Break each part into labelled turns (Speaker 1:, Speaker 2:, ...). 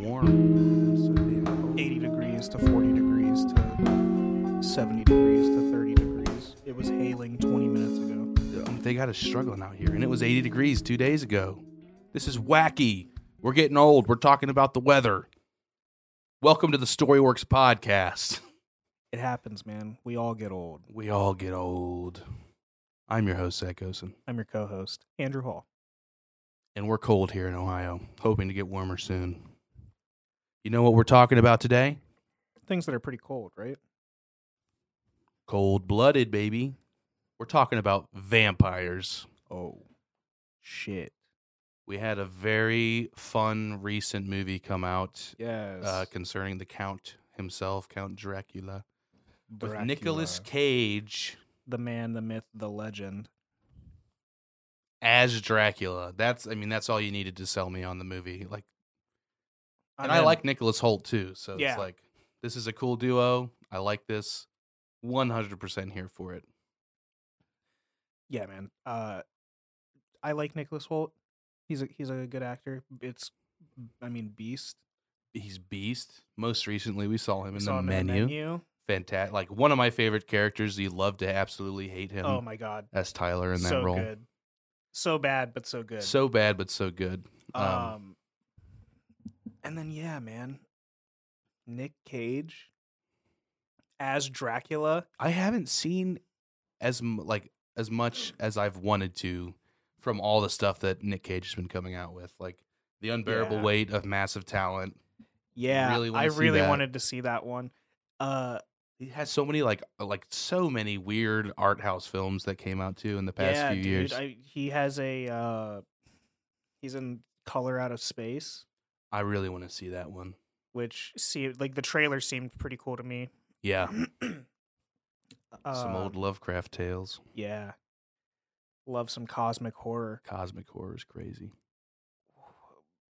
Speaker 1: warm. So being 80 degrees to 40 degrees to 70 degrees to 30 degrees. It was hailing 20 minutes ago.
Speaker 2: Um, they got us struggling out here, and it was 80 degrees two days ago. This is wacky. We're getting old. We're talking about the weather. Welcome to the Storyworks podcast.
Speaker 1: It happens, man. We all get old.
Speaker 2: We all get old. I'm your host, Zach Gosen,
Speaker 1: I'm your co-host, Andrew Hall.
Speaker 2: and we're cold here in Ohio, hoping to get warmer soon. You know what we're talking about today?
Speaker 1: Things that are pretty cold, right?
Speaker 2: Cold blooded, baby. We're talking about vampires.
Speaker 1: Oh, shit.
Speaker 2: We had a very fun recent movie come out
Speaker 1: Yes.
Speaker 2: uh, concerning the Count himself, Count Dracula,
Speaker 1: Dracula.
Speaker 2: with Nicolas Cage
Speaker 1: the man, the myth, the legend.
Speaker 2: as Dracula. That's, I mean, that's all you needed to sell me on the movie. Like,
Speaker 1: I'm
Speaker 2: and I
Speaker 1: in.
Speaker 2: like Nicholas Holt too. So
Speaker 1: Yeah.
Speaker 2: it's like this is a cool duo. I like this. One hundred percent here for it.
Speaker 1: yeah, man. Uh, I like Nicholas Holt. He's a he's a good actor. It's, I mean, Beast.
Speaker 2: He's Beast. Most recently, we saw him in,
Speaker 1: Saw
Speaker 2: the,
Speaker 1: him in
Speaker 2: menu. Fantastic. Like one of my favorite characters. You love to absolutely hate him
Speaker 1: Oh my god,
Speaker 2: as Tyler in that
Speaker 1: so
Speaker 2: role.
Speaker 1: good, so bad but so good.
Speaker 2: So bad, but so good.
Speaker 1: um,
Speaker 2: Um,
Speaker 1: and then yeah, man, Nick Cage as Dracula.
Speaker 2: I haven't seen as m- like as
Speaker 1: Mm.
Speaker 2: much as I've wanted to from all the stuff that Nick Cage has been coming out with, like the unbearable
Speaker 1: Yeah.
Speaker 2: weight of massive talent.
Speaker 1: Yeah,
Speaker 2: really wanna
Speaker 1: I
Speaker 2: see
Speaker 1: really
Speaker 2: that.
Speaker 1: wanted to see that one. Uh,
Speaker 2: He has so many like uh, like so many weird art house films that came out too in the past
Speaker 1: yeah,
Speaker 2: few
Speaker 1: dude,
Speaker 2: years. I,
Speaker 1: I, he has a uh, he's in Color Out of Space.
Speaker 2: really want to see that one.
Speaker 1: which see like the trailer seemed pretty cool to me.
Speaker 2: Yeah, some
Speaker 1: Um,
Speaker 2: old Lovecraft tales,
Speaker 1: yeah. Love some cosmic horror.
Speaker 2: cosmic horror is crazy.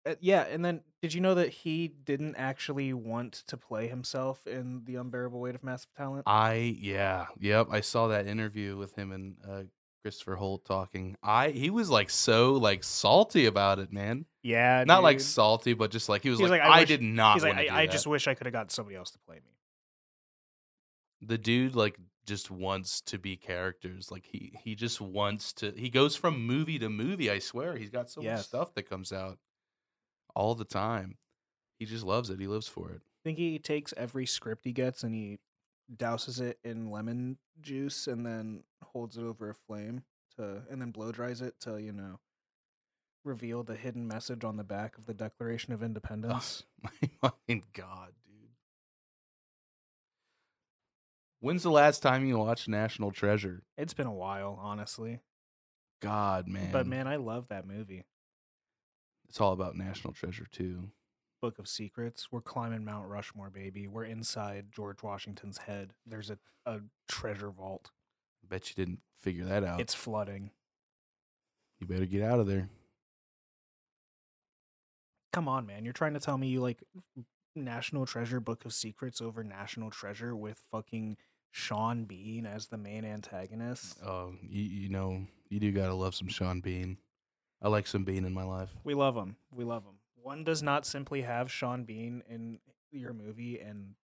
Speaker 1: Uh, yeah, and then did you know that he didn't actually want to play himself in The Unbearable Weight of Massive Talent?
Speaker 2: I yeah yep. I saw that interview with him and uh, Christopher Holt talking. I he was like so like salty about it, man.
Speaker 1: yeah,
Speaker 2: Not like
Speaker 1: dude.
Speaker 2: salty, but just like he was,
Speaker 1: He's
Speaker 2: like,
Speaker 1: like, I
Speaker 2: I,
Speaker 1: wish-
Speaker 2: did not.
Speaker 1: he's like,
Speaker 2: wanna do
Speaker 1: I, I
Speaker 2: that."
Speaker 1: just wish I could have got somebody else to play me.
Speaker 2: the dude like just wants to be characters like he he just wants to he goes from movie to movie i swear he's got so much
Speaker 1: Yes.
Speaker 2: stuff that comes out all the time he just loves it he lives for it
Speaker 1: I think he takes every script he gets and he douses it in lemon juice and then holds it over a flame to and then blow dries it to, you know, reveal the hidden message on the back of the Declaration of Independence.
Speaker 2: my fucking god dude when's the last time you watched national treasure
Speaker 1: It's been a while, honestly.
Speaker 2: god man
Speaker 1: But man, I love that movie.
Speaker 2: it's all about national treasure too
Speaker 1: Book of Secrets. We're climbing Mount Rushmore, baby. We're inside George Washington's head. There's a, a treasure vault.
Speaker 2: bet you didn't figure that out
Speaker 1: It's flooding.
Speaker 2: you better get out of there
Speaker 1: Come on, man. You're trying to tell me you like National Treasure Book of Secrets over National Treasure with fucking Sean Bean as the main antagonist.
Speaker 2: Oh, you, you know, you do gotta love some Sean Bean. I like some Bean in my life.
Speaker 1: We love him. We love him. One does not simply have Sean Bean in your movie and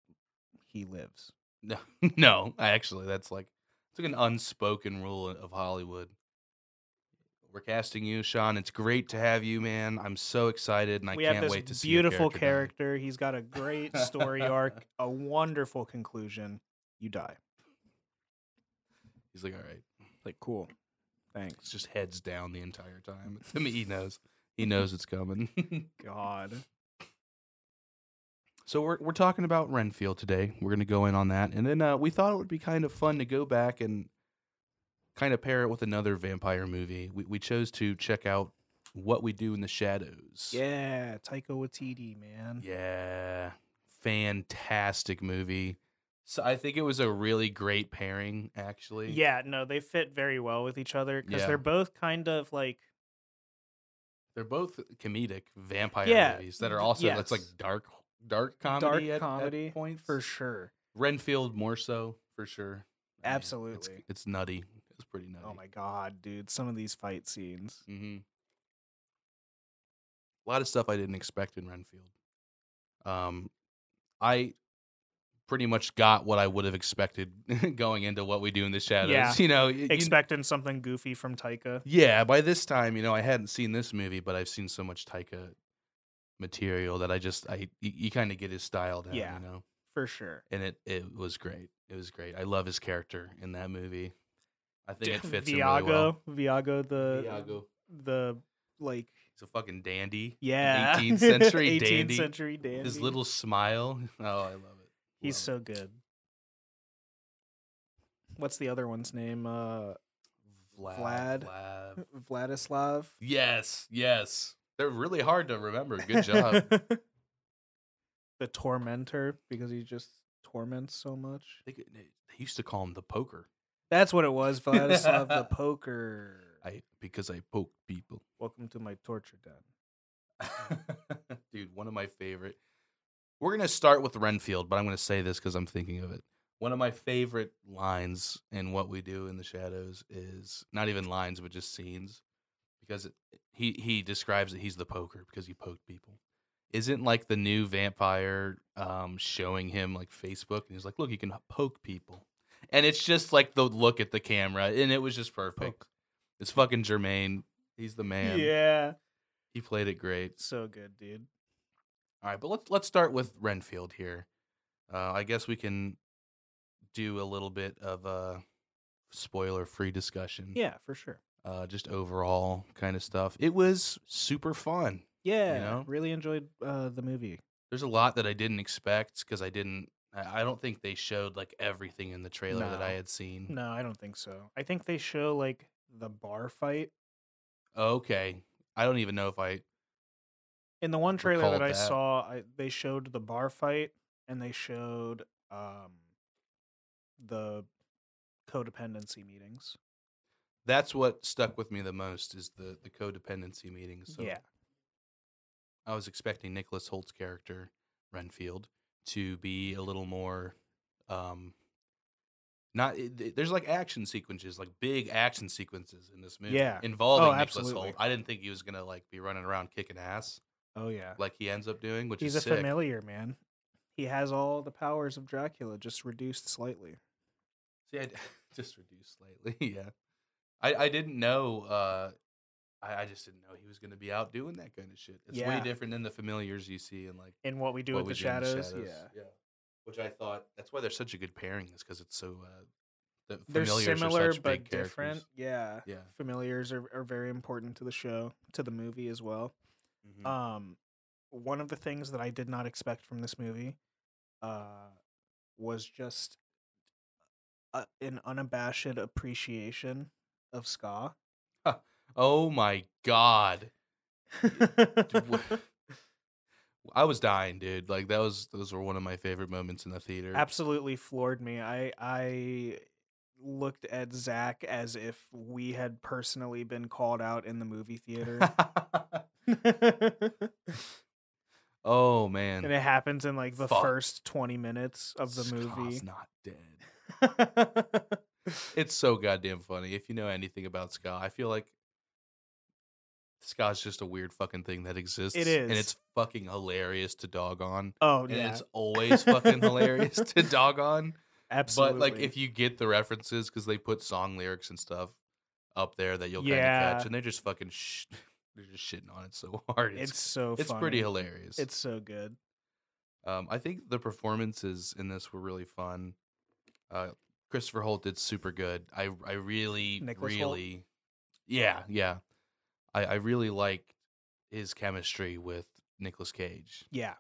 Speaker 1: he lives.
Speaker 2: No, no, actually, that's like it's like an unspoken rule of Hollywood. We're casting you, Sean. It's great to have you, man. I'm so excited, and I
Speaker 1: we
Speaker 2: can't
Speaker 1: have this
Speaker 2: wait to see your
Speaker 1: beautiful
Speaker 2: character.
Speaker 1: character. He's got a great story arc, a wonderful conclusion. You die.
Speaker 2: die. He's like, all right,
Speaker 1: Like cool.
Speaker 2: it's
Speaker 1: Thanks.
Speaker 2: just heads down the entire time. I mean, he knows, he knows it's coming.
Speaker 1: God.
Speaker 2: So we're we're talking about Renfield today. We're going to go in on that, and then uh, we thought it would be kind of fun to go back and kind of pair it with another vampire movie. We we chose to check out What We Do in the Shadows.
Speaker 1: Yeah, Taika Waititi, man.
Speaker 2: yeah, fantastic movie. So I think it was a really great pairing, actually.
Speaker 1: Yeah, no, they fit very well with each other because
Speaker 2: Yeah.
Speaker 1: they're both kind of like
Speaker 2: they're both comedic vampire
Speaker 1: Yeah,
Speaker 2: movies that are
Speaker 1: d-
Speaker 2: also that's like
Speaker 1: yes.
Speaker 2: dark dark comedy
Speaker 1: dark
Speaker 2: at,
Speaker 1: comedy
Speaker 2: at points
Speaker 1: for sure.
Speaker 2: Renfield more so for sure. I mean, it's-
Speaker 1: Absolutely.
Speaker 2: it's, nutty. It's pretty nutty.
Speaker 1: Oh my god, dude! Some of these fight scenes.
Speaker 2: Mm-hmm. A lot of stuff I didn't expect in Renfield. Um, I pretty much got what I would have expected going into what we do in the shadows.
Speaker 1: Yeah.
Speaker 2: You know, y- you-
Speaker 1: Expecting something goofy from Taika.
Speaker 2: yeah, by this time, you know, I hadn't seen this movie, but I've seen so much Taika material that I just I you, you kind of get his style down,
Speaker 1: Yeah.
Speaker 2: you know.
Speaker 1: For sure.
Speaker 2: And it it was great. It was great. I love his character in that movie. I think it fits him really
Speaker 1: Viago.
Speaker 2: well.
Speaker 1: Viago the
Speaker 2: Iago.
Speaker 1: the like
Speaker 2: He's a fucking dandy. An
Speaker 1: yeah
Speaker 2: 18th century
Speaker 1: 18th
Speaker 2: dandy.
Speaker 1: century dandy.
Speaker 2: His little smile. Oh, I love it.
Speaker 1: He's
Speaker 2: Love
Speaker 1: so good. What's the other one's name? Uh
Speaker 2: it. Vlad.
Speaker 1: Vlad.
Speaker 2: Vlad.
Speaker 1: Vladislav.
Speaker 2: Yes, yes. They're really hard to remember. Good job.
Speaker 1: the tormentor because he just torments so much.
Speaker 2: they, could- they used to call him the poker.
Speaker 1: That's what it was, Vladislav the poker.
Speaker 2: I because I poke people.
Speaker 1: Welcome to my torture den.
Speaker 2: Dude, one of my favorite. We're gonna start with Renfield, but I'm gonna say this because I'm thinking of it. One of my favorite lines in what we do in the shadows is not even lines, but just scenes, because it, he he describes that he's the poker because he poked people. Isn't like the new vampire um, showing him like Facebook, and he's like, "Look, you can poke people," and it's just like the look at the camera, and it was just perfect.
Speaker 1: Poke.
Speaker 2: It's fucking Jermaine. He's the man.
Speaker 1: Yeah.
Speaker 2: He played it great.
Speaker 1: So good, dude.
Speaker 2: All right, but let's let's start with Renfield here. Uh, I guess we can do a little bit of a spoiler-free discussion.
Speaker 1: Yeah, for sure.
Speaker 2: Uh, just overall kind of stuff. It was super fun.
Speaker 1: Yeah.
Speaker 2: know?
Speaker 1: Really enjoyed uh, the movie.
Speaker 2: There's a lot that I didn't expect because I didn't. I I don't think they showed like everything in the trailer that I
Speaker 1: No.
Speaker 2: had seen.
Speaker 1: No, I don't think so. I think they show like the bar fight.
Speaker 2: Okay, I don't even know if I.
Speaker 1: In the one trailer that
Speaker 2: Recalled
Speaker 1: I
Speaker 2: that.
Speaker 1: saw, I, they showed the bar fight and they showed um, the codependency meetings.
Speaker 2: That's what stuck with me the most is the the codependency meetings. So
Speaker 1: Yeah.
Speaker 2: I was expecting Nicholas Holt's character, Renfield, to be a little more um not it- th- there's like action sequences, like big action sequences in this movie
Speaker 1: Yeah.
Speaker 2: involving
Speaker 1: Oh,
Speaker 2: Nicholas
Speaker 1: absolutely.
Speaker 2: Holt. I didn't think he was going to like be running around kicking ass
Speaker 1: Oh, yeah.
Speaker 2: like he ends up doing, which
Speaker 1: He's a
Speaker 2: is sick.
Speaker 1: familiar, man. He has all the powers of Dracula, just reduced slightly.
Speaker 2: See, I d- just reduced slightly. yeah. I I didn't know uh I, I just didn't know he was going to be out doing that kind of shit. It's way
Speaker 1: Yeah.
Speaker 2: different than the familiars you see in like
Speaker 1: In what we do
Speaker 2: What
Speaker 1: with
Speaker 2: We
Speaker 1: the
Speaker 2: Do in
Speaker 1: shadows. Yeah.
Speaker 2: yeah. Which I thought that's why they're such a good pairing is because it's so uh, the
Speaker 1: They're
Speaker 2: familiars are
Speaker 1: similar
Speaker 2: such big
Speaker 1: but
Speaker 2: characters.
Speaker 1: different. Uh, Yeah.
Speaker 2: Yeah,
Speaker 1: Familiars are, are very important to the show, to the movie as well.
Speaker 2: Mhm.
Speaker 1: Um, one of the things that I did not expect from this movie uh, was just a, an unabashed appreciation of ska.
Speaker 2: oh my god,
Speaker 1: um,
Speaker 2: Dude, wha- I was dying, dude. Like that was those were one of my favorite moments in the theater.
Speaker 1: Absolutely floored me. I I looked at Zach as if we had personally been called out in the movie theater.
Speaker 2: oh man,
Speaker 1: And it happens in like the
Speaker 2: Fuck.
Speaker 1: first 20 minutes of the
Speaker 2: Scott's
Speaker 1: movie.
Speaker 2: not dead. It's so goddamn funny. If you know anything about ska, I feel like ska's just a weird fucking thing that exists. and
Speaker 1: is.
Speaker 2: it's fucking hilarious to dog on.
Speaker 1: oh,
Speaker 2: and
Speaker 1: yeah.
Speaker 2: it's always fucking hilarious to dog on.
Speaker 1: Absolutely.
Speaker 2: But like, if you get the references because they put song lyrics and stuff up there that you'll kind of
Speaker 1: Yeah.
Speaker 2: catch, and they're just fucking sh- they're just shitting on it so hard.
Speaker 1: it's,
Speaker 2: It's
Speaker 1: so
Speaker 2: it's,
Speaker 1: funny.
Speaker 2: pretty hilarious.
Speaker 1: It's so good.
Speaker 2: um, I think the performances in this were really fun. Uh, Christopher Holt did super good. I I really
Speaker 1: Nicholas Holt?
Speaker 2: really yeah yeah I I really liked his chemistry with Nicolas Cage
Speaker 1: Yeah.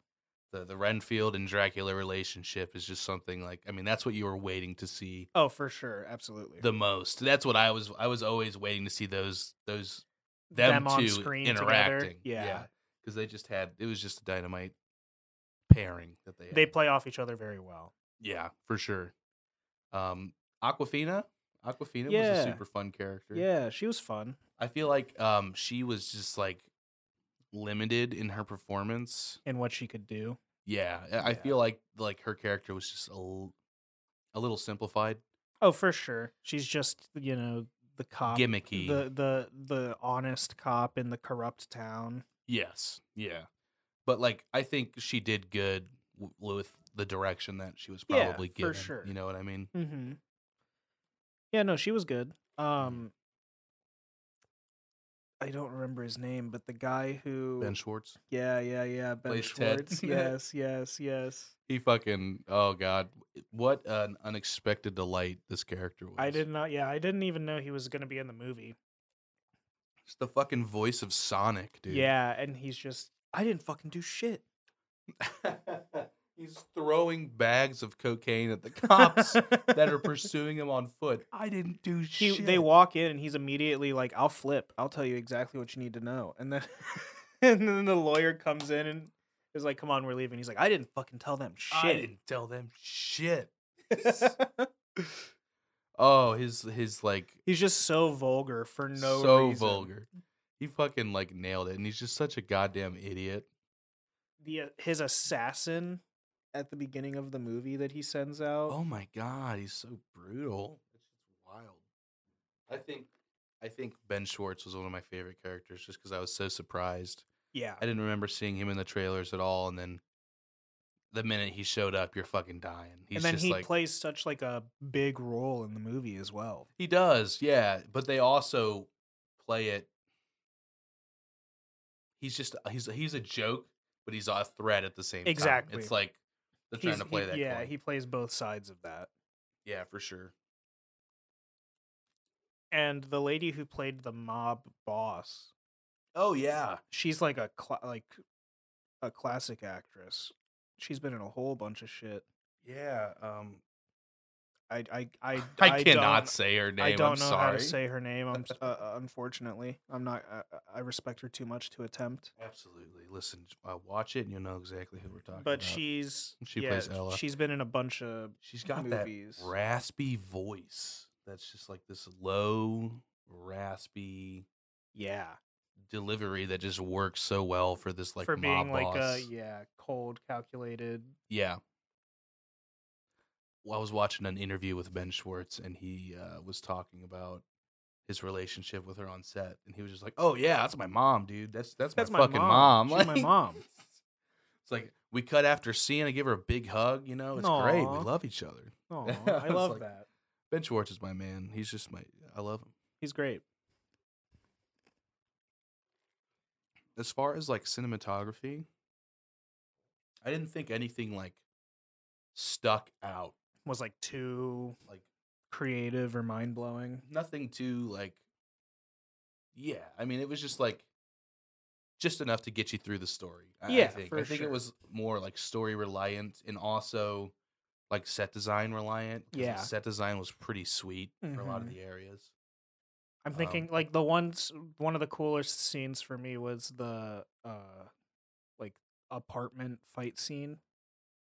Speaker 2: the the Renfield and Dracula relationship is just something like I mean that's what you were waiting to see
Speaker 1: Oh, for sure. Absolutely.
Speaker 2: the most. That's what I was I was always waiting to see those those them, two interacting.
Speaker 1: together. Yeah.
Speaker 2: Cuz they just had it was just a dynamite pairing that they had.
Speaker 1: They play off each other very well.
Speaker 2: yeah, for sure. Um Aquafina Aquafina was
Speaker 1: Yeah.
Speaker 2: a super fun character.
Speaker 1: Yeah, she was fun.
Speaker 2: I feel like um she was just like limited in her performance
Speaker 1: in what she could do.
Speaker 2: Yeah, I- I
Speaker 1: Yeah.
Speaker 2: feel like like her character was just a, l- a little simplified,
Speaker 1: Oh, for sure. She's just, you know, the cop
Speaker 2: gimmicky.
Speaker 1: the the the honest cop in the corrupt town.
Speaker 2: yes, yeah. But like, I think she did good w- with the direction that she was
Speaker 1: Yeah,
Speaker 2: probably
Speaker 1: for
Speaker 2: given.
Speaker 1: sure.
Speaker 2: You know what I mean?
Speaker 1: Mm-hmm. Yeah, no, she was good.
Speaker 2: Mm.
Speaker 1: Um, I don't remember his name, but the guy who,
Speaker 2: Ben Schwartz.
Speaker 1: yeah, yeah, yeah, Ben
Speaker 2: Plays Ted.
Speaker 1: Schwartz. yes, yes, yes.
Speaker 2: He fucking oh god, what an unexpected delight this character was.
Speaker 1: I did not. Yeah, I didn't even know he was going to be in the movie.
Speaker 2: It's the fucking voice of Sonic, dude.
Speaker 1: Yeah, and he's just, I didn't fucking do shit.
Speaker 2: He's throwing bags of cocaine at the cops that are pursuing him on foot. I didn't do
Speaker 1: he,
Speaker 2: shit.
Speaker 1: they walk in and he's immediately like, "I'll flip. I'll tell you exactly what you need to know." And then, and then the lawyer comes in and is like, "Come on, we're leaving." He's like, "I didn't fucking tell them
Speaker 2: I
Speaker 1: shit."
Speaker 2: didn't tell them shit. oh, his his like
Speaker 1: he's just so vulgar for no
Speaker 2: so
Speaker 1: reason.
Speaker 2: vulgar. He fucking like nailed it, and he's just such a goddamn idiot.
Speaker 1: The uh, his assassin at the beginning of the movie that he sends out.
Speaker 2: Oh my god, he's so brutal. It's just wild. I think I think Ben Schwartz was one of my favorite characters just because I was so surprised.
Speaker 1: yeah,
Speaker 2: I didn't remember seeing him in the trailers at all, and then the minute he showed up, you're fucking dying. He's
Speaker 1: and then
Speaker 2: just
Speaker 1: he
Speaker 2: like
Speaker 1: plays such like a big role in the movie as well.
Speaker 2: he does, yeah. But they also play it. He's just uh, he's he's a joke, but he's a threat at the same time.
Speaker 1: Exactly.
Speaker 2: It's like they're
Speaker 1: He's-
Speaker 2: trying to play
Speaker 1: he-
Speaker 2: that.
Speaker 1: yeah,
Speaker 2: coin.
Speaker 1: he plays both sides of that.
Speaker 2: yeah, for sure.
Speaker 1: And the lady who played the mob boss
Speaker 2: Oh yeah,
Speaker 1: she's like a cla like a classic actress. She's been in a whole bunch of shit.
Speaker 2: yeah. Um,
Speaker 1: I I I,
Speaker 2: I,
Speaker 1: don't-
Speaker 2: cannot say her name.
Speaker 1: I don't
Speaker 2: am
Speaker 1: know
Speaker 2: sorry.
Speaker 1: how to say her name. I'm s- uh, uh, unfortunately, I'm not. Uh, I respect her too much to attempt.
Speaker 2: Absolutely. Listen, uh, watch it and you'll know exactly who we're talking about.
Speaker 1: But she's
Speaker 2: She
Speaker 1: yeah,
Speaker 2: plays Ella.
Speaker 1: She's been in a bunch of
Speaker 2: she's got
Speaker 1: movies.
Speaker 2: that raspy voice. That's just like this low, raspy
Speaker 1: yeah
Speaker 2: delivery that just works so well for this like
Speaker 1: for
Speaker 2: mob
Speaker 1: being
Speaker 2: boss.
Speaker 1: like a yeah cold, calculated.
Speaker 2: Yeah. Well, I was watching an interview with Ben Schwartz, and he uh, was talking about his relationship with her on set, and he was just like, "Oh yeah, that's my mom, dude. That's that's,
Speaker 1: That's
Speaker 2: my,
Speaker 1: my
Speaker 2: fucking
Speaker 1: mom.
Speaker 2: mom.
Speaker 1: She's my
Speaker 2: Like-
Speaker 1: mom.
Speaker 2: It's like we cut after seeing. I give her a big hug. You know, it's great. We
Speaker 1: Aw.
Speaker 2: love each other.
Speaker 1: Oh,
Speaker 2: I
Speaker 1: I
Speaker 2: was
Speaker 1: love
Speaker 2: like-
Speaker 1: that.
Speaker 2: Ben Schwartz is my man. He's just my. I love him.
Speaker 1: He's great.
Speaker 2: as far as like cinematography, I didn't think anything like stuck out.
Speaker 1: Was like too
Speaker 2: Like
Speaker 1: creative or mind blowing.
Speaker 2: nothing too like Yeah. I mean it was just like just enough to get you through the story. I, I
Speaker 1: Yeah,
Speaker 2: think.
Speaker 1: for
Speaker 2: I think
Speaker 1: sure.
Speaker 2: it was more like story reliant and also like set design reliant. 'cause the
Speaker 1: Yeah.
Speaker 2: Set design was pretty sweet for a lot of
Speaker 1: Mhm.
Speaker 2: the areas.
Speaker 1: I'm
Speaker 2: Um,
Speaker 1: thinking like the ones one of the coolest scenes for me was the uh like apartment fight scene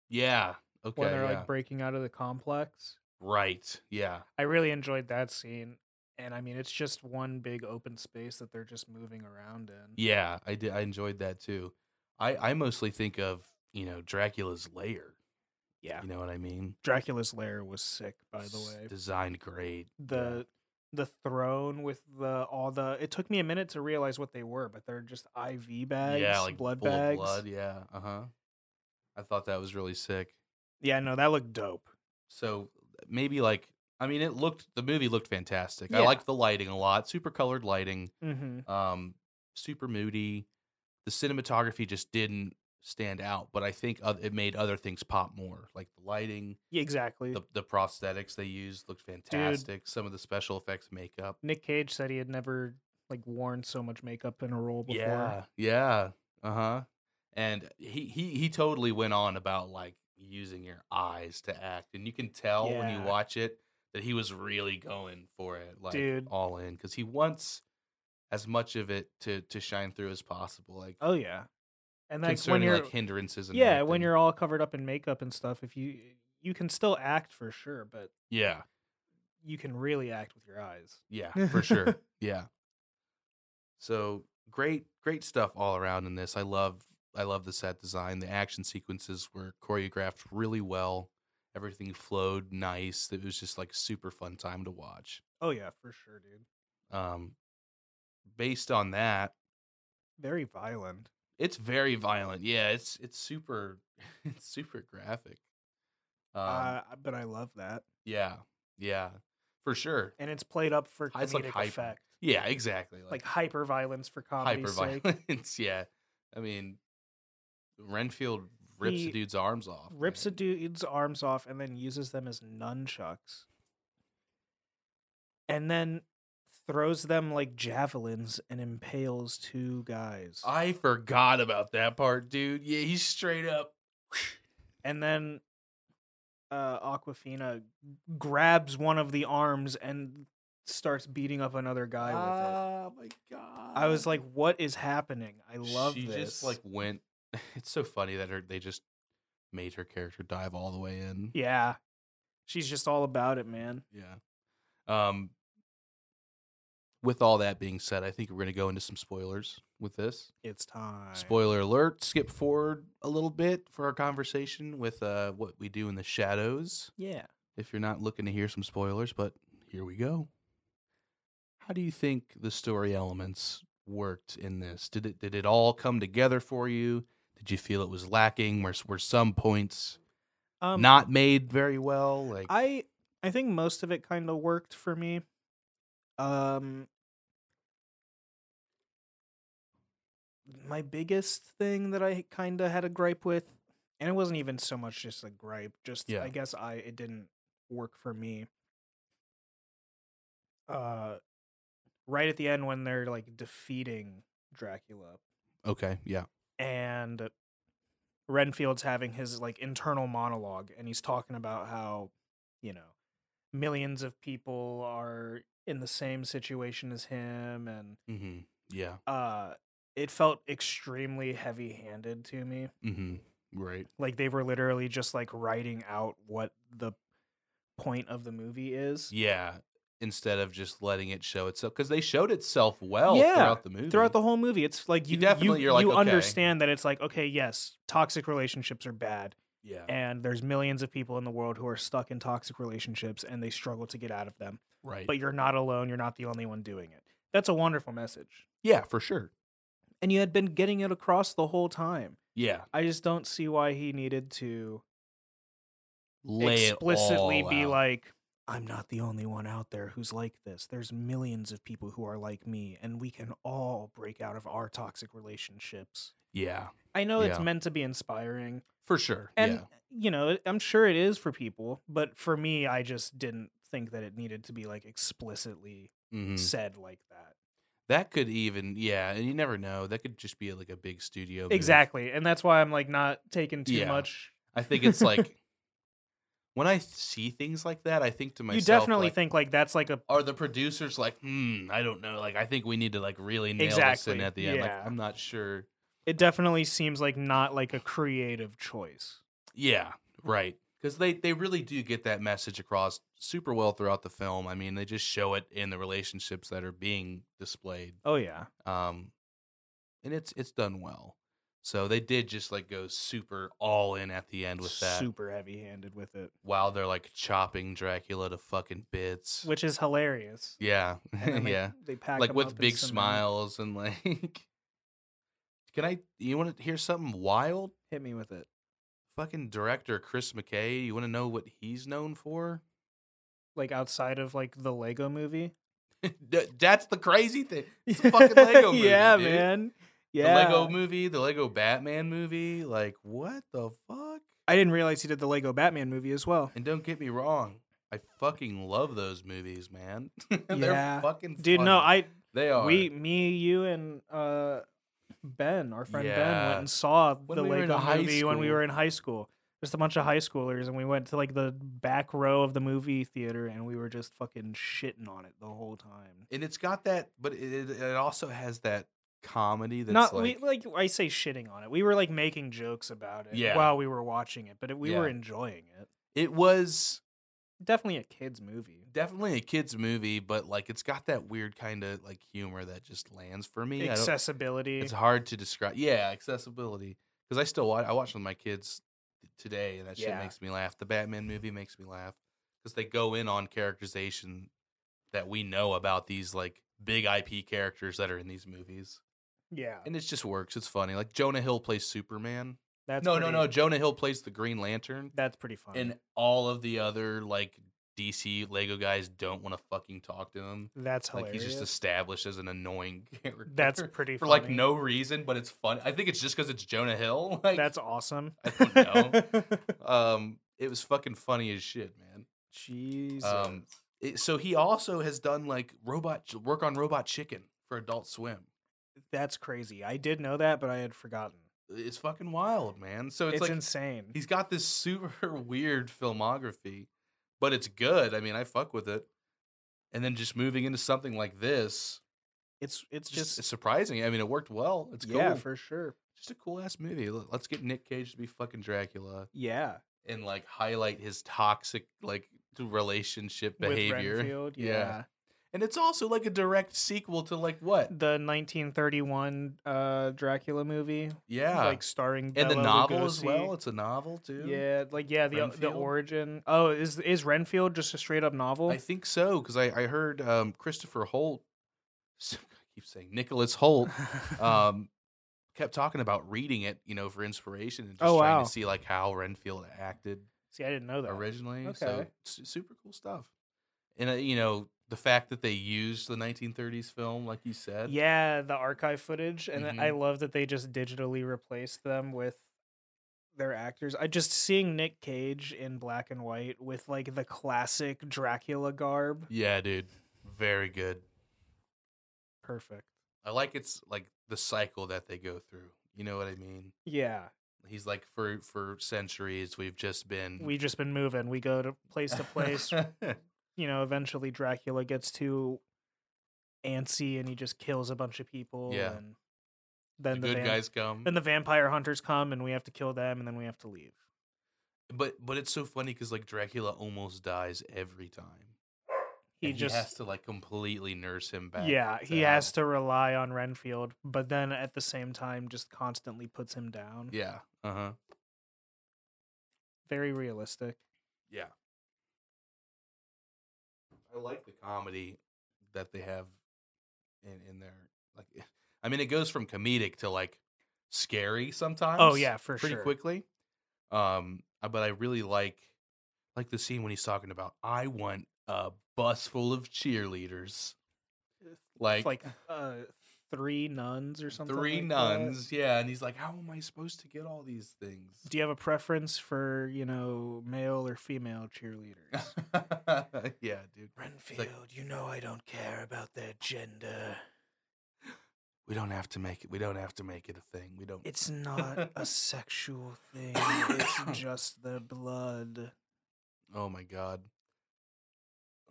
Speaker 2: Yeah. Okay.
Speaker 1: when they're
Speaker 2: yeah.
Speaker 1: like breaking out of the complex.
Speaker 2: right. Yeah.
Speaker 1: I really enjoyed that scene. And I mean it's just one big open space that they're just moving around in.
Speaker 2: Yeah, I did. I enjoyed that too. I I mostly think of you know Dracula's Lair.
Speaker 1: Yeah.
Speaker 2: You know what I mean?
Speaker 1: Dracula's lair was sick, by the
Speaker 2: It's
Speaker 1: way.
Speaker 2: designed great. yeah.
Speaker 1: The the throne with the all the it took me a minute to realize what they were, but they're just IV bags,
Speaker 2: yeah, like
Speaker 1: blood
Speaker 2: full
Speaker 1: bags.
Speaker 2: Of blood. Yeah. Uh huh. I thought that was really sick.
Speaker 1: Yeah, no, that looked dope.
Speaker 2: So maybe like I mean, it looked the movie looked fantastic. I
Speaker 1: Yeah.
Speaker 2: liked the lighting a lot. Super colored lighting.
Speaker 1: Mm-hmm.
Speaker 2: Um, super moody. The cinematography just didn't stand out, but I think oth- it made other things pop more, like the lighting.
Speaker 1: Exactly.
Speaker 2: the, the prosthetics they used looked fantastic. Some of the special effects makeup.
Speaker 1: Nick Cage said he had never like worn so much makeup in a role before.
Speaker 2: Yeah. Uh huh. And he, he he totally went on about like using your eyes to act, and you can tell when you
Speaker 1: Yeah.
Speaker 2: watch it that he was really going for it, like
Speaker 1: Dude.
Speaker 2: all in, because he wants as much of it to to shine through as possible. Like
Speaker 1: Oh yeah. And like when
Speaker 2: concerning
Speaker 1: you're
Speaker 2: like hindrances. And
Speaker 1: yeah, when
Speaker 2: acting.
Speaker 1: you're all covered up in makeup and stuff, if you you can still act for sure, but
Speaker 2: yeah
Speaker 1: you can really act with your eyes.
Speaker 2: Yeah, for sure. Yeah. So great, great stuff all around in this. I love, I love the set design. The action sequences were choreographed really well. Everything flowed nice. It was just like super fun time to watch.
Speaker 1: Oh yeah, for sure, dude.
Speaker 2: Um, based on that,
Speaker 1: Very violent.
Speaker 2: It's very violent. Yeah, it's it's super it's super graphic. Um,
Speaker 1: uh, but I love that,
Speaker 2: yeah, yeah, for sure.
Speaker 1: and it's played up for
Speaker 2: It's like
Speaker 1: comedic
Speaker 2: hype-
Speaker 1: effect,
Speaker 2: Yeah, exactly.
Speaker 1: like hyper violence for
Speaker 2: hyper
Speaker 1: comedy's sake.
Speaker 2: violence. Yeah, I mean, Renfield rips
Speaker 1: He
Speaker 2: the dude's arms off.
Speaker 1: Rips a
Speaker 2: man.
Speaker 1: dude's arms off and then uses them as nunchucks, and then throws them like javelins and impales two guys.
Speaker 2: I forgot about that part, dude. Yeah, he's straight up.
Speaker 1: and then uh, Aquafina grabs one of the arms and starts beating up another guy with it.
Speaker 2: Oh my god!
Speaker 1: I was like, "What is happening?" I Ah, love
Speaker 2: Ah. she
Speaker 1: this.
Speaker 2: just like went. It's so funny that her they just made her character dive all the way in.
Speaker 1: yeah, she's just all about it, man.
Speaker 2: Yeah. Um. With all that being said, I think we're gonna go into some spoilers with this.
Speaker 1: It's time.
Speaker 2: Spoiler alert! Skip forward a little bit for our conversation with uh, what we do in the shadows.
Speaker 1: Yeah.
Speaker 2: If you're not looking to hear some spoilers, but here we go. How do you think the story elements worked in this? Did it did it all come together for you? Did you feel it was lacking? Were were some points
Speaker 1: Um,
Speaker 2: not made very well? Like
Speaker 1: I I think most of it kind of worked for me. Um my biggest thing that I kind of had a gripe with and it wasn't even so much just a gripe, just
Speaker 2: Yeah.
Speaker 1: I guess I it didn't work for me. Uh right at the end when they're like defeating Dracula
Speaker 2: okay, yeah,
Speaker 1: and Renfield's having his like internal monologue and he's talking about how, you know, millions of people are in the same situation as him and
Speaker 2: mm-hmm. yeah,
Speaker 1: uh it felt extremely heavy-handed to me.
Speaker 2: mm-hmm. right,
Speaker 1: Like they were literally just like writing out what the point of the movie is.
Speaker 2: yeah. Instead of just letting it show itself, because they showed itself well
Speaker 1: Yeah,
Speaker 2: throughout the movie.
Speaker 1: Throughout the whole movie, it's like
Speaker 2: You
Speaker 1: you,
Speaker 2: definitely-
Speaker 1: you,
Speaker 2: you're like,
Speaker 1: you
Speaker 2: okay.
Speaker 1: understand that it's like okay, yes, toxic relationships are bad.
Speaker 2: yeah,
Speaker 1: and there's millions of people in the world who are stuck in toxic relationships and they struggle to get out of them.
Speaker 2: right,
Speaker 1: But you're not alone, you're not the only one doing it. That's a wonderful message.
Speaker 2: yeah, for sure,
Speaker 1: And you had been getting it across the whole time.
Speaker 2: yeah.
Speaker 1: I just don't see why he needed to
Speaker 2: Lay it
Speaker 1: explicitly
Speaker 2: all
Speaker 1: be
Speaker 2: out.
Speaker 1: like I'm not the only one out there who's like this. There's millions of people who are like me and we can all break out of our toxic relationships.
Speaker 2: yeah,
Speaker 1: I know it's
Speaker 2: Yeah.
Speaker 1: meant to be inspiring,
Speaker 2: for sure,
Speaker 1: and uh,
Speaker 2: yeah.
Speaker 1: you know it- i'm sure it is for people but for me i just didn't think that it needed to be like explicitly
Speaker 2: Mhm.
Speaker 1: said like that
Speaker 2: That could even, yeah, and you never know. That could just be like a big studio. move.
Speaker 1: exactly and that's why i'm like not taking too
Speaker 2: Yeah.
Speaker 1: much
Speaker 2: I think it's like when I see things like that, I think to myself,
Speaker 1: you definitely
Speaker 2: like,
Speaker 1: think like that's like a
Speaker 2: are the producers like, hmm, I don't know. Like, I think we need to like really nail this in
Speaker 1: Exactly,
Speaker 2: at the end.
Speaker 1: yeah.
Speaker 2: Like, I'm not sure.
Speaker 1: it definitely seems like not like a creative choice
Speaker 2: Yeah, right. Because they they really do get that message across super well throughout the film. I mean, they just show it in the relationships that are being displayed.
Speaker 1: oh yeah
Speaker 2: um, and it's it's done well. So they did just like go super all in at the end with that,
Speaker 1: super heavy handed with it
Speaker 2: while they're like chopping Dracula to fucking bits.
Speaker 1: which is hilarious
Speaker 2: yeah,
Speaker 1: And then they-
Speaker 2: yeah,
Speaker 1: they pack
Speaker 2: like
Speaker 1: 'em up
Speaker 2: with
Speaker 1: in uh,
Speaker 2: big
Speaker 1: cement.
Speaker 2: smiles and like. Can I? You want to hear something wild?
Speaker 1: hit me with it
Speaker 2: Fucking director Chris McKay. You want to know what he's known for?
Speaker 1: like outside of like the lego movie
Speaker 2: Th- That's the crazy thing. It's a fucking Lego movie,
Speaker 1: yeah
Speaker 2: dude.
Speaker 1: man yeah
Speaker 2: The Lego movie, the Lego Batman movie. Like, what the fuck?
Speaker 1: I didn't realize he did the Lego Batman movie as well.
Speaker 2: And don't get me wrong, I fucking love those movies, man. They're
Speaker 1: Yeah.
Speaker 2: fucking
Speaker 1: Dude, no,
Speaker 2: funny.
Speaker 1: I
Speaker 2: they are.
Speaker 1: we me you and uh Ben, our friend Ben,
Speaker 2: Yeah.
Speaker 1: went and saw
Speaker 2: When
Speaker 1: the
Speaker 2: we were in
Speaker 1: Lego
Speaker 2: high
Speaker 1: movie when we
Speaker 2: school.
Speaker 1: were in high school. Just a bunch of high schoolers, and we went to like the back row of the movie theater, and we were just fucking shitting on it the whole time.
Speaker 2: and it's got that, but it, it it also has that comedy that's
Speaker 1: Not
Speaker 2: like,
Speaker 1: we like I say shitting on it. We were like making jokes about it
Speaker 2: Yeah.
Speaker 1: while we were watching it, but it, we were
Speaker 2: Yeah.
Speaker 1: enjoying it.
Speaker 2: it was
Speaker 1: Definitely a kids movie.
Speaker 2: definitely a kids movie, but like it's got that weird kind of like humor that just lands for me. I don't,
Speaker 1: Accessibility.
Speaker 2: it's hard to describe. Yeah, accessibility. Because I still watch. I watch with my kids today, and that shit
Speaker 1: Yeah.
Speaker 2: makes me laugh. The Batman movie makes me laugh because they go in on characterization that we know about these like big IP characters that are in these movies.
Speaker 1: Yeah.
Speaker 2: and it just works. It's funny. Like Jonah Hill plays Superman.
Speaker 1: That's
Speaker 2: no,
Speaker 1: pretty,
Speaker 2: no, no. Jonah Hill plays the Green Lantern,
Speaker 1: That's pretty fun.
Speaker 2: and all of the other like DC Lego guys don't want to fucking talk to him.
Speaker 1: that's
Speaker 2: Like
Speaker 1: hilarious.
Speaker 2: he's just established as an annoying character.
Speaker 1: that's pretty
Speaker 2: for
Speaker 1: funny.
Speaker 2: like no reason, but it's fun. I think it's just because it's Jonah Hill. Like
Speaker 1: That's awesome.
Speaker 2: I don't um, it was fucking funny as shit, man.
Speaker 1: Jesus.
Speaker 2: Um, it- so he also has done like robot work on Robot Chicken for Adult Swim.
Speaker 1: that's crazy. I did know that, but I had forgotten.
Speaker 2: It's fucking wild, man. So it's,
Speaker 1: It's,
Speaker 2: like
Speaker 1: insane.
Speaker 2: he's got this super weird filmography, but it's good. I mean, I fuck with it. And then just moving into something like this,
Speaker 1: It's it's
Speaker 2: it's just
Speaker 1: just
Speaker 2: it's surprising. I mean, it worked well. It's cool.
Speaker 1: yeah for sure.
Speaker 2: just a cool ass movie. L- Let's get Nick Cage to be fucking Dracula
Speaker 1: Yeah,
Speaker 2: and like highlight his toxic like relationship
Speaker 1: with
Speaker 2: behavior.
Speaker 1: Renfield. Yeah,
Speaker 2: And it's also like a direct sequel to like what?
Speaker 1: the 1931 uh, Dracula movie,
Speaker 2: Yeah.
Speaker 1: like starring
Speaker 2: and the
Speaker 1: Bela
Speaker 2: novel as
Speaker 1: Lugosi.
Speaker 2: well. It's a novel too.
Speaker 1: Yeah, like yeah, the the
Speaker 2: Renfield?
Speaker 1: origin. Oh, is is Renfield just a straight up novel?
Speaker 2: I think so because I, I heard um, Christopher Holt. I keep saying Nicholas Holt. Um, kept talking about reading it, you know, for inspiration and just
Speaker 1: Oh,
Speaker 2: trying
Speaker 1: wow.
Speaker 2: to see like how Renfield acted
Speaker 1: See, I didn't know that.
Speaker 2: originally. So
Speaker 1: Okay.
Speaker 2: su- super cool stuff. And uh, you know the fact that they used the 1930s film, like you said.
Speaker 1: Yeah, the archive footage, and I
Speaker 2: Mhm.
Speaker 1: love that they just digitally replaced them with their actors. I just seeing Nick Cage in black and white with like the classic Dracula garb.
Speaker 2: Yeah, dude, very good.
Speaker 1: Perfect.
Speaker 2: I like it's like the cycle that they go through. You know what I mean?
Speaker 1: Yeah,
Speaker 2: He's like for for centuries we've just been
Speaker 1: we just been moving. We go to place to place. you know, eventually Dracula gets too antsy and he just kills a bunch of people.
Speaker 2: Yeah.
Speaker 1: and then
Speaker 2: the
Speaker 1: the,
Speaker 2: good
Speaker 1: vam-
Speaker 2: guys come.
Speaker 1: Then the vampire hunters come and we have to kill them, and then we have to leave.
Speaker 2: but but it's so funny because like Dracula almost dies every time.
Speaker 1: He
Speaker 2: And
Speaker 1: just
Speaker 2: has to like completely nurse him back.
Speaker 1: Yeah,
Speaker 2: to
Speaker 1: he has
Speaker 2: health.
Speaker 1: to rely on Renfield, but then at the same time just constantly puts him down.
Speaker 2: Yeah. Uh huh.
Speaker 1: Very realistic.
Speaker 2: Yeah. I like the comedy that they have in in their like. eh, I mean, it goes from comedic to like scary sometimes.
Speaker 1: Oh yeah, for
Speaker 2: pretty
Speaker 1: sure.
Speaker 2: quickly. Um, uh, but I really like like the scene when he's talking about I want a bus full of cheerleaders, like,
Speaker 1: It's like uh three nuns or something.
Speaker 2: three
Speaker 1: like that.
Speaker 2: nuns. Yeah, and he's like, how am I supposed to get all these things?
Speaker 1: Do you have a preference for, you know, male or female cheerleaders?
Speaker 2: yeah, dude.
Speaker 1: Renfield, you know I don't care about their gender.
Speaker 2: We don't have to make it. We don't have to make it a thing. We don't.
Speaker 1: It's not a sexual thing. It's just their blood.
Speaker 2: Oh my god.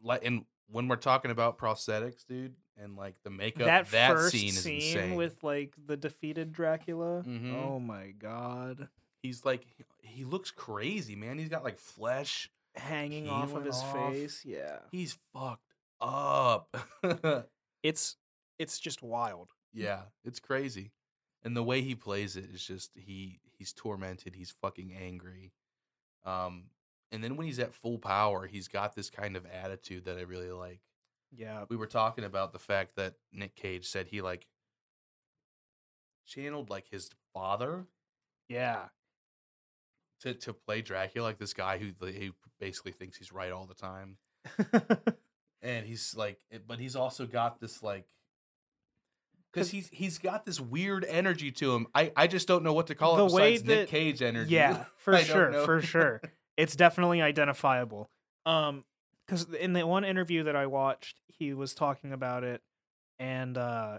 Speaker 2: Like and when we're talking about prosthetics, dude, and like the makeup, that,
Speaker 1: first
Speaker 2: scene is insane.
Speaker 1: with like the defeated Dracula.
Speaker 2: Mhm.
Speaker 1: Oh my god.
Speaker 2: he's like he looks crazy, man. He's got like flesh.
Speaker 1: hanging off of
Speaker 2: Peeling
Speaker 1: his
Speaker 2: off.
Speaker 1: face. Yeah.
Speaker 2: He's fucked up.
Speaker 1: Mm. It's it's just wild.
Speaker 2: yeah, it's crazy. And the way he plays it is just he he's tormented, he's fucking angry. Um and then when he's at full power, he's got this kind of attitude that I really like.
Speaker 1: Yeah.
Speaker 2: we were talking about the fact that Nick Cage said he like channeled like his father
Speaker 1: Yeah.
Speaker 2: to to play Dracula, like this guy who who basically thinks he's right all the time, and he's like, eh, but he's also got this like. Because he's he's got this weird energy to him. I, I just don't know what to call
Speaker 1: The
Speaker 2: it
Speaker 1: way
Speaker 2: besides
Speaker 1: that-
Speaker 2: Nick Cage energy.
Speaker 1: yeah, for
Speaker 2: I don't
Speaker 1: sure,
Speaker 2: know.
Speaker 1: for sure. It's definitely identifiable. Um cuz in the one interview that I watched, he was talking about it and uh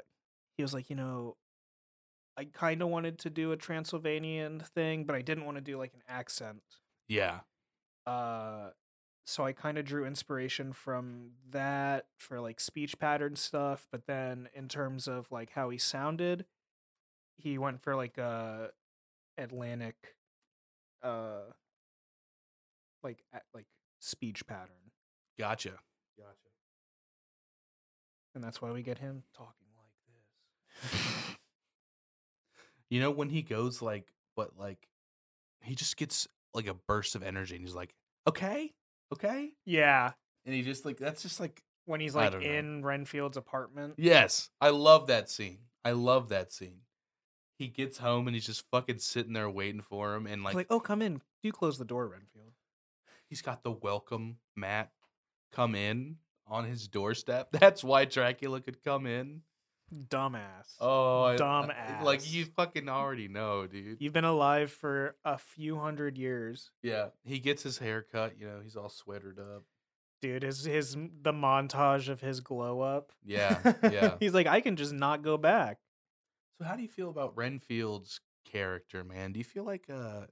Speaker 1: he was like, you know, I kind of wanted to do a Transylvanian thing, but I didn't want to do like an accent.
Speaker 2: yeah.
Speaker 1: uh so I kind of drew inspiration from that for like speech pattern stuff, but then in terms of like how he sounded, he went for like a Atlantic uh like at, like speech pattern.
Speaker 2: Gotcha. Gotcha.
Speaker 1: And that's why we get him talking like
Speaker 2: you know when he goes like but like he just gets like a burst of energy and he's like okay okay
Speaker 1: this. Yeah,
Speaker 2: and he just like that's just like
Speaker 1: when he's
Speaker 2: I
Speaker 1: like
Speaker 2: don't know.
Speaker 1: in Renfield's apartment.
Speaker 2: yes i love that scene I love that scene. He gets home and he's just fucking sitting there waiting for him, and
Speaker 1: Like,
Speaker 2: like,
Speaker 1: oh, come in. Do close the door, Renfield.
Speaker 2: he's got the welcome mat come in on his doorstep. That's why Dracula could come in.
Speaker 1: Mm. Dumbass.
Speaker 2: Oh, I- I-
Speaker 1: Dumbass.
Speaker 2: Like you fucking already know, dude.
Speaker 1: You've been alive for a few hundred years,
Speaker 2: Yeah, he gets his hair cut. You know, he's all sweatered up.
Speaker 1: dude. His his the montage of his glow up.
Speaker 2: Yeah, yeah.
Speaker 1: He's like, I can just not go back.
Speaker 2: So how do you feel about Renfield's character, man? Do you feel like uh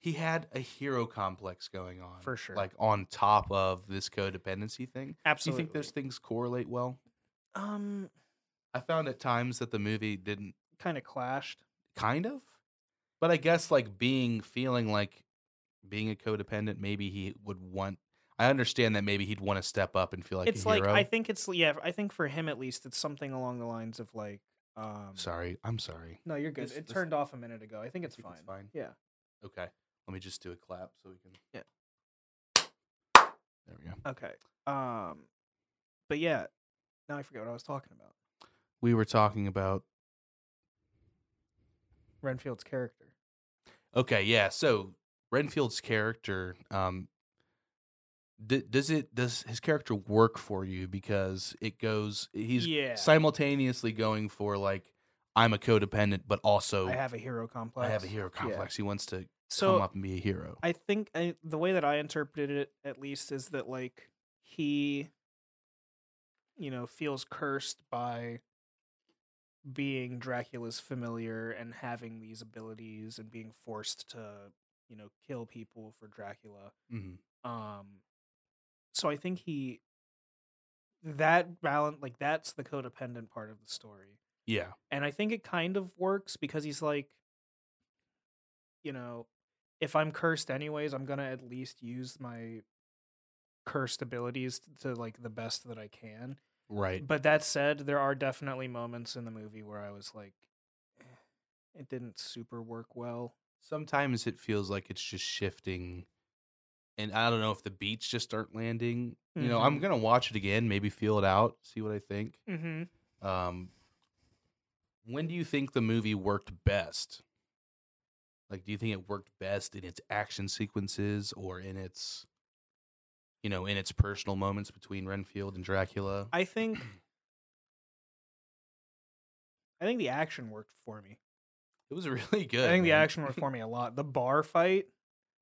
Speaker 2: he had a hero complex going on?
Speaker 1: For sure.
Speaker 2: Like on top of this codependency thing. Do you
Speaker 1: Absolutely.
Speaker 2: think those things correlate well?
Speaker 1: um
Speaker 2: I found at times that the movie didn't
Speaker 1: kind of clashed?
Speaker 2: kind of. But I guess like being feeling like being a codependent, maybe he would want I understand that maybe he'd want to step up and feel like
Speaker 1: it's
Speaker 2: a
Speaker 1: like
Speaker 2: hero.
Speaker 1: I think it's yeah. I think for him at least, it's something along the lines of like. Um,
Speaker 2: sorry. I'm sorry.
Speaker 1: No, you're good.
Speaker 2: This-
Speaker 1: it
Speaker 2: this-
Speaker 1: turned off a minute ago. I think it's
Speaker 2: think
Speaker 1: fine.
Speaker 2: it's fine?
Speaker 1: Yeah.
Speaker 2: Okay. Let me just do a clap so we can
Speaker 1: Yeah.
Speaker 2: There we go.
Speaker 1: Okay. Um, but yeah. Now I forget what I was talking about.
Speaker 2: We were talking about
Speaker 1: Renfield's character.
Speaker 2: Okay, yeah. So Renfield's character, um, d- does it does his character work for you because it goes he's
Speaker 1: yeah.
Speaker 2: simultaneously going for like I'm a codependent, but also
Speaker 1: I have a hero complex.
Speaker 2: I have a hero complex. He wants to
Speaker 1: So
Speaker 2: come up and be a hero.
Speaker 1: I think I, the way that I interpreted it, at least, is that like he, you know, feels cursed by being Dracula's familiar and having these abilities and being forced to, you know, kill people for Dracula.
Speaker 2: Mhm.
Speaker 1: Um, so I think he that balance, like that's the codependent part of the story
Speaker 2: Yeah,
Speaker 1: and I think it kind of works because he's like, you know, if I'm cursed anyways, I'm gonna at least use my cursed abilities t- to like the best that I can.
Speaker 2: right.
Speaker 1: But that said, there are definitely moments in the movie where I was like, "Eh, it didn't super work well.
Speaker 2: Sometimes it feels like it's just shifting, and I don't know if the beats just aren't landing. You know, I'm
Speaker 1: Mhm.
Speaker 2: gonna watch it again, maybe feel it out, see what I think.
Speaker 1: Mm-hmm.
Speaker 2: Um, when do you think the movie worked best? Like, do you think it worked best in its action sequences or in its, you know, in its personal moments between Renfield and Dracula?
Speaker 1: I think, I think the action worked for me.
Speaker 2: it was really good.
Speaker 1: I think the
Speaker 2: man.
Speaker 1: action worked for me a lot. The bar fight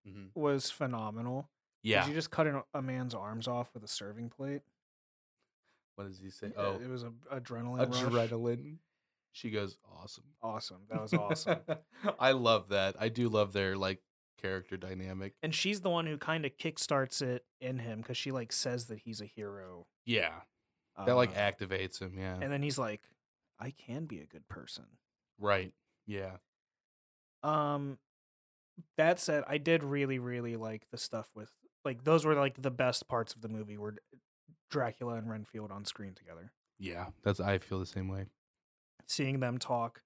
Speaker 2: Mhm.
Speaker 1: was phenomenal. 'cause
Speaker 2: Yeah.
Speaker 1: you just cut an, a man's arms off with a serving plate.
Speaker 2: What does he say?
Speaker 1: Yeah,
Speaker 2: Oh,
Speaker 1: it was a adrenaline. Rush.
Speaker 2: adrenaline. She goes, awesome.
Speaker 1: Awesome. That was awesome.
Speaker 2: I love that. I do love their like character dynamic.
Speaker 1: and she's the one who kind of kickstarts it in him because she like says that he's a hero.
Speaker 2: Yeah, uh-huh. that like
Speaker 1: uh,
Speaker 2: activates him. Yeah,
Speaker 1: And then he's like, I can be a good person.
Speaker 2: right. Yeah,
Speaker 1: Um, that said, I did really, really like the stuff with like those were like the best parts of the movie were Dracula and Renfield on screen together.
Speaker 2: yeah. That's I feel the same way.
Speaker 1: Seeing them talk,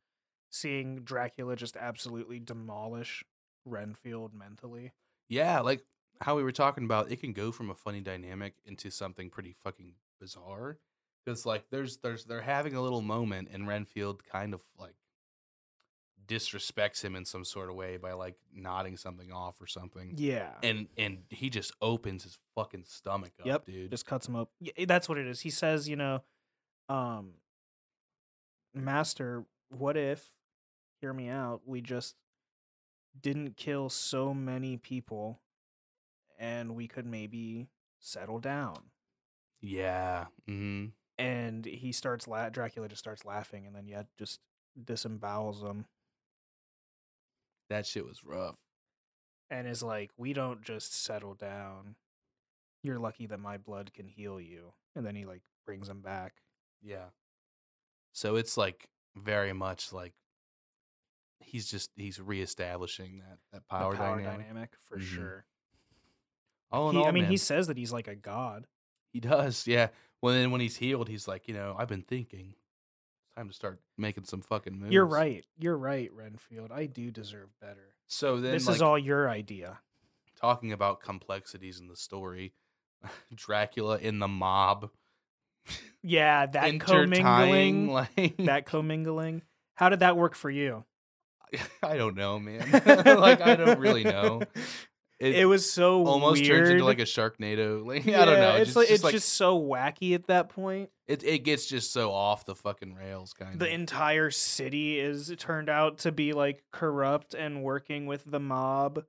Speaker 1: seeing Dracula just absolutely demolish Renfield mentally.
Speaker 2: Yeah, like how we were talking about, it can go from a funny dynamic into something pretty fucking bizarre. Because like there's there's they're having a little moment, and Renfield kind of like disrespects him in some sort of way by like nodding something off or something,
Speaker 1: Yeah.
Speaker 2: Mm. and and he just opens his fucking stomach up,
Speaker 1: Yep,
Speaker 2: dude.
Speaker 1: just cuts him up. Yeah, that's what it is. He says, you know, um, Master, what if, hear me out, we just didn't kill so many people and we could maybe settle down?
Speaker 2: yeah, hmm
Speaker 1: And he starts, la- Dracula just starts laughing and then, yeah, just disembowels him
Speaker 2: that shit was rough.
Speaker 1: and is like, we don't just settle down. You're lucky that my blood can heal you. And then he, like, brings him back.
Speaker 2: Yeah. So it's like very much like he's just he's reestablishing that that
Speaker 1: The
Speaker 2: power, dynamic.
Speaker 1: for
Speaker 2: Mhm.
Speaker 1: sure.
Speaker 2: All in
Speaker 1: He-
Speaker 2: all,
Speaker 1: I mean,
Speaker 2: man,
Speaker 1: he says that he's like a god.
Speaker 2: he does. Yeah. Well, then when he's healed, he's like, you know, I've been thinking. It's time to start making some fucking moves.
Speaker 1: You're right. You're right, Renfield. I do deserve better.
Speaker 2: So then,
Speaker 1: this
Speaker 2: like,
Speaker 1: is all your idea.
Speaker 2: talking about complexities in the story. Dracula in the mob
Speaker 1: yeah, that
Speaker 2: intertying,
Speaker 1: commingling,
Speaker 2: like
Speaker 1: that commingling. How did that work for you?
Speaker 2: I don't know, man. like I don't really know.
Speaker 1: It, was so
Speaker 2: almost turns
Speaker 1: weird.
Speaker 2: into like a Sharknado. Like I don't
Speaker 1: Yeah,
Speaker 2: know.
Speaker 1: It's
Speaker 2: just,
Speaker 1: like
Speaker 2: just
Speaker 1: it's just so wacky at that point.
Speaker 2: it, it gets just so off the fucking rails, kind
Speaker 1: The
Speaker 2: of.
Speaker 1: entire city is it turned out to be like corrupt and working with the mob,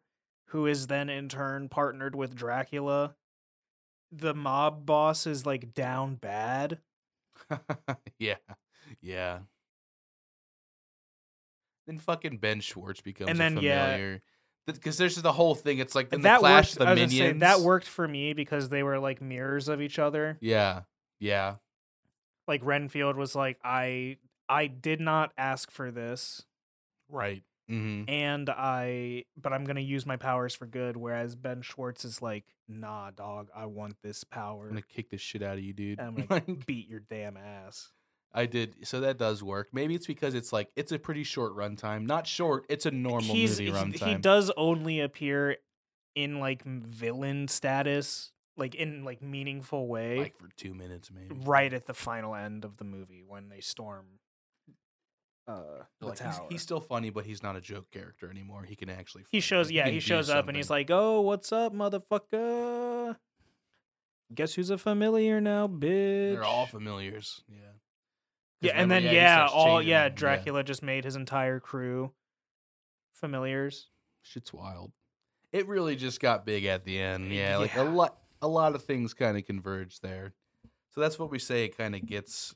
Speaker 1: who is then in turn partnered with Dracula. The mob boss is like down bad.
Speaker 2: yeah, yeah. Then fucking Ben Schwartz becomes
Speaker 1: And then,
Speaker 2: a
Speaker 1: yeah.
Speaker 2: familiar. Because there's the whole thing. It's like then the
Speaker 1: that
Speaker 2: Clash
Speaker 1: worked.
Speaker 2: of the
Speaker 1: I was gonna
Speaker 2: Minions.
Speaker 1: say, that worked for me because they were like mirrors of each other.
Speaker 2: Yeah, yeah,
Speaker 1: Like Renfield was like, I I did not ask for this.
Speaker 2: right. hmm
Speaker 1: and I but I'm gonna use my powers for good. Whereas Ben Schwartz is like, nah, dog, I want this power.
Speaker 2: I'm gonna kick the shit out of you, dude.
Speaker 1: and I'm gonna
Speaker 2: Like,
Speaker 1: beat your damn ass.
Speaker 2: I did. So that does work. Maybe it's because it's like it's a pretty short runtime. Not short. It's a normal
Speaker 1: He's
Speaker 2: movie
Speaker 1: he-
Speaker 2: runtime.
Speaker 1: he does only appear in like m- villain status, like in like meaningful way,
Speaker 2: like for two minutes, maybe.
Speaker 1: right at the final end of the movie when they storm uh the
Speaker 2: Like, he's,
Speaker 1: tower.
Speaker 2: he's still funny, but he's not a joke character anymore. He can actually.
Speaker 1: he
Speaker 2: funny.
Speaker 1: shows
Speaker 2: Like,
Speaker 1: yeah
Speaker 2: can
Speaker 1: he
Speaker 2: do
Speaker 1: shows up and he's
Speaker 2: something.
Speaker 1: like oh what's up motherfucker guess who's a familiar now bitch
Speaker 2: they're all familiars. Yeah. 'Cause
Speaker 1: yeah and then
Speaker 2: remember,
Speaker 1: yeah,
Speaker 2: he starts
Speaker 1: all
Speaker 2: changing
Speaker 1: yeah
Speaker 2: them.
Speaker 1: dracula just made his entire crew familiars
Speaker 2: Shit's wild. It really just got big at the end. Yeah, like a
Speaker 1: Yeah.
Speaker 2: lot, a lot of things kind of converge there. So that's what we say. It kind of gets.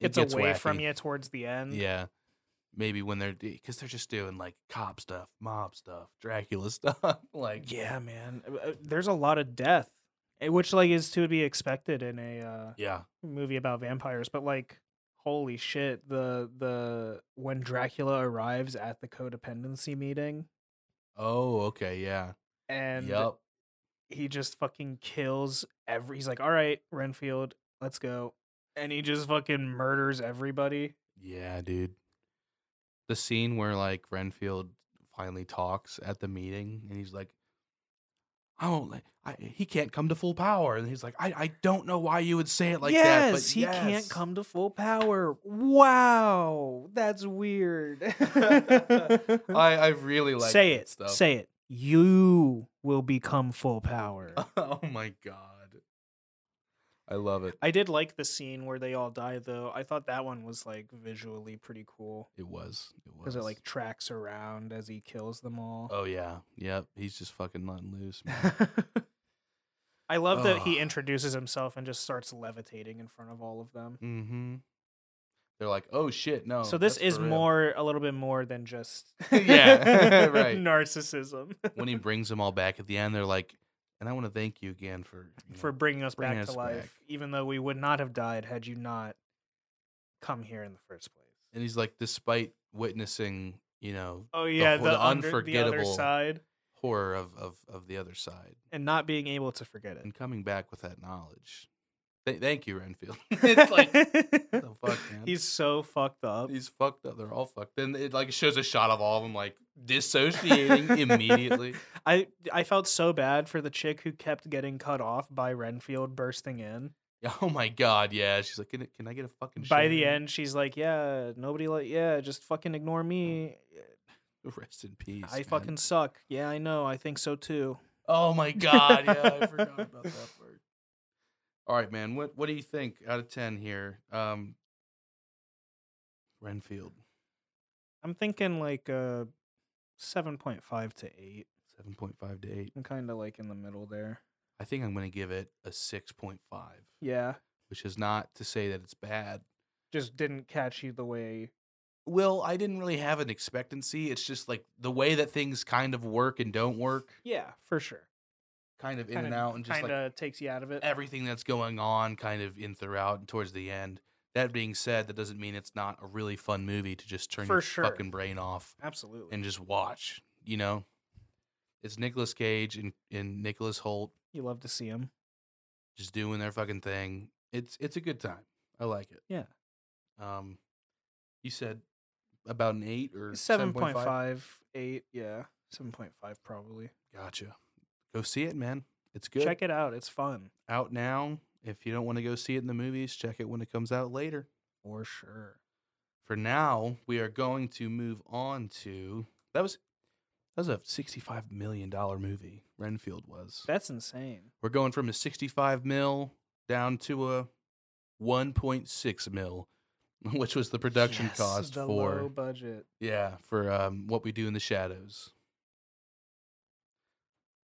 Speaker 2: It
Speaker 1: it's
Speaker 2: gets
Speaker 1: away from
Speaker 2: wacky.
Speaker 1: you towards the end
Speaker 2: Yeah. Maybe when they're because they're just doing like cop stuff, mob stuff, Dracula stuff. like
Speaker 1: yeah man Uh, uh, there's a lot of death eh, which like is to be expected in a uh
Speaker 2: yeah,
Speaker 1: movie about vampires but like holy shit the the when dracula arrives at the codependency meeting
Speaker 2: Oh, okay, yeah.
Speaker 1: and
Speaker 2: Yup.
Speaker 1: he just fucking kills every he's like all right renfield let's go and he just fucking murders everybody
Speaker 2: Yeah, dude. The scene where like Renfield finally talks at the meeting and he's like, I won't let I he can't come to full power. And he's like, I, I don't know why you would say it like that. But
Speaker 1: yes he can't
Speaker 2: yes."
Speaker 1: come to full power wow that's weird
Speaker 2: I, I really like
Speaker 1: say
Speaker 2: that
Speaker 1: it
Speaker 2: stuff.
Speaker 1: say it you will become full power
Speaker 2: Oh my god. I love it.
Speaker 1: i did like the scene where they all die though i thought that one was like visually pretty cool
Speaker 2: It was. It was.
Speaker 1: because it like tracks around as he kills them all
Speaker 2: Oh yeah. Yep. He's just fucking letting loose. man.
Speaker 1: I love that he
Speaker 2: Oh. Ugh.
Speaker 1: introduces himself and just starts levitating in front of all of them.
Speaker 2: Mm-hmm. They're like, oh shit, no.
Speaker 1: so this
Speaker 2: that's
Speaker 1: is
Speaker 2: for real."
Speaker 1: more a little bit more than just
Speaker 2: Yeah, right.
Speaker 1: narcissism
Speaker 2: when he brings them all back at the end. They're like, and I want to thank you again for you
Speaker 1: for
Speaker 2: know,
Speaker 1: bringing us
Speaker 2: Bringing
Speaker 1: back
Speaker 2: us
Speaker 1: to life,
Speaker 2: back.
Speaker 1: even though we would not have died had you not come here in the first place.
Speaker 2: And he's like, despite witnessing, you know,
Speaker 1: Oh yeah,
Speaker 2: whole-
Speaker 1: the,
Speaker 2: the
Speaker 1: under- the other
Speaker 2: unforgettable-
Speaker 1: side
Speaker 2: horror of of of the other side
Speaker 1: and not being able to forget it.
Speaker 2: and coming back with that knowledge. Th- thank you, Renfield. it's like the fuck, man?
Speaker 1: He's so fucked up.
Speaker 2: he's fucked up. They're all fucked. Then it like shows a shot of all of them like dissociating immediately.
Speaker 1: I I felt so bad for the chick who kept getting cut off by Renfield bursting in.
Speaker 2: Oh my god, yeah. She's like, can, I- can I get a fucking?
Speaker 1: By
Speaker 2: shot
Speaker 1: the
Speaker 2: in?"
Speaker 1: end, she's like, "Yeah, nobody like yeah, just fucking ignore me.
Speaker 2: rest in Oh, peace.
Speaker 1: I
Speaker 2: man.
Speaker 1: fucking suck. Yeah, I know. I think so too."
Speaker 2: Oh my god, yeah, I forgot about that part. All right, man. What what do you think out of ten here? Um Renfield.
Speaker 1: I'm thinking like uh, seven point five to eight.
Speaker 2: Seven point five to eight.
Speaker 1: I'm kind of like in the middle there.
Speaker 2: I think I'm gonna give it a six point five,
Speaker 1: Yeah,
Speaker 2: which is not to say that it's bad.
Speaker 1: just didn't catch you the way.
Speaker 2: Well, I didn't really have an expectancy. It's just like the way that things kind of work and don't work,
Speaker 1: Yeah, for sure.
Speaker 2: kind of in and out, and just
Speaker 1: kind
Speaker 2: like
Speaker 1: of takes you out of it.
Speaker 2: everything that's going on kind of in throughout and towards the end. That being said, that doesn't mean it's not a really fun movie to just turn
Speaker 1: For
Speaker 2: your
Speaker 1: sure.
Speaker 2: fucking brain off
Speaker 1: Absolutely.
Speaker 2: and just watch. You know, it's Nicolas Cage and, and Nicholas Holt
Speaker 1: you love to see him.
Speaker 2: just doing their fucking thing. It's it's a good time. I like it.
Speaker 1: Yeah.
Speaker 2: Um, you said about an eight or
Speaker 1: Seven
Speaker 2: 7.5?
Speaker 1: point five eight. Yeah, seven point five probably.
Speaker 2: Gotcha. Go see it, man. It's good.
Speaker 1: Check it out. It's fun.
Speaker 2: out now. If you don't want to go see it in the movies, check it when it comes out later.
Speaker 1: for sure.
Speaker 2: For now, we are going to move on to that was that was a sixty-five million dollar movie. Renfield was.
Speaker 1: That's insane.
Speaker 2: We're going from a 65 mil down to a 1.6 mil, which was the production
Speaker 1: Yes,
Speaker 2: cost
Speaker 1: the
Speaker 2: for
Speaker 1: low budget.
Speaker 2: yeah for um, what we do in the shadows.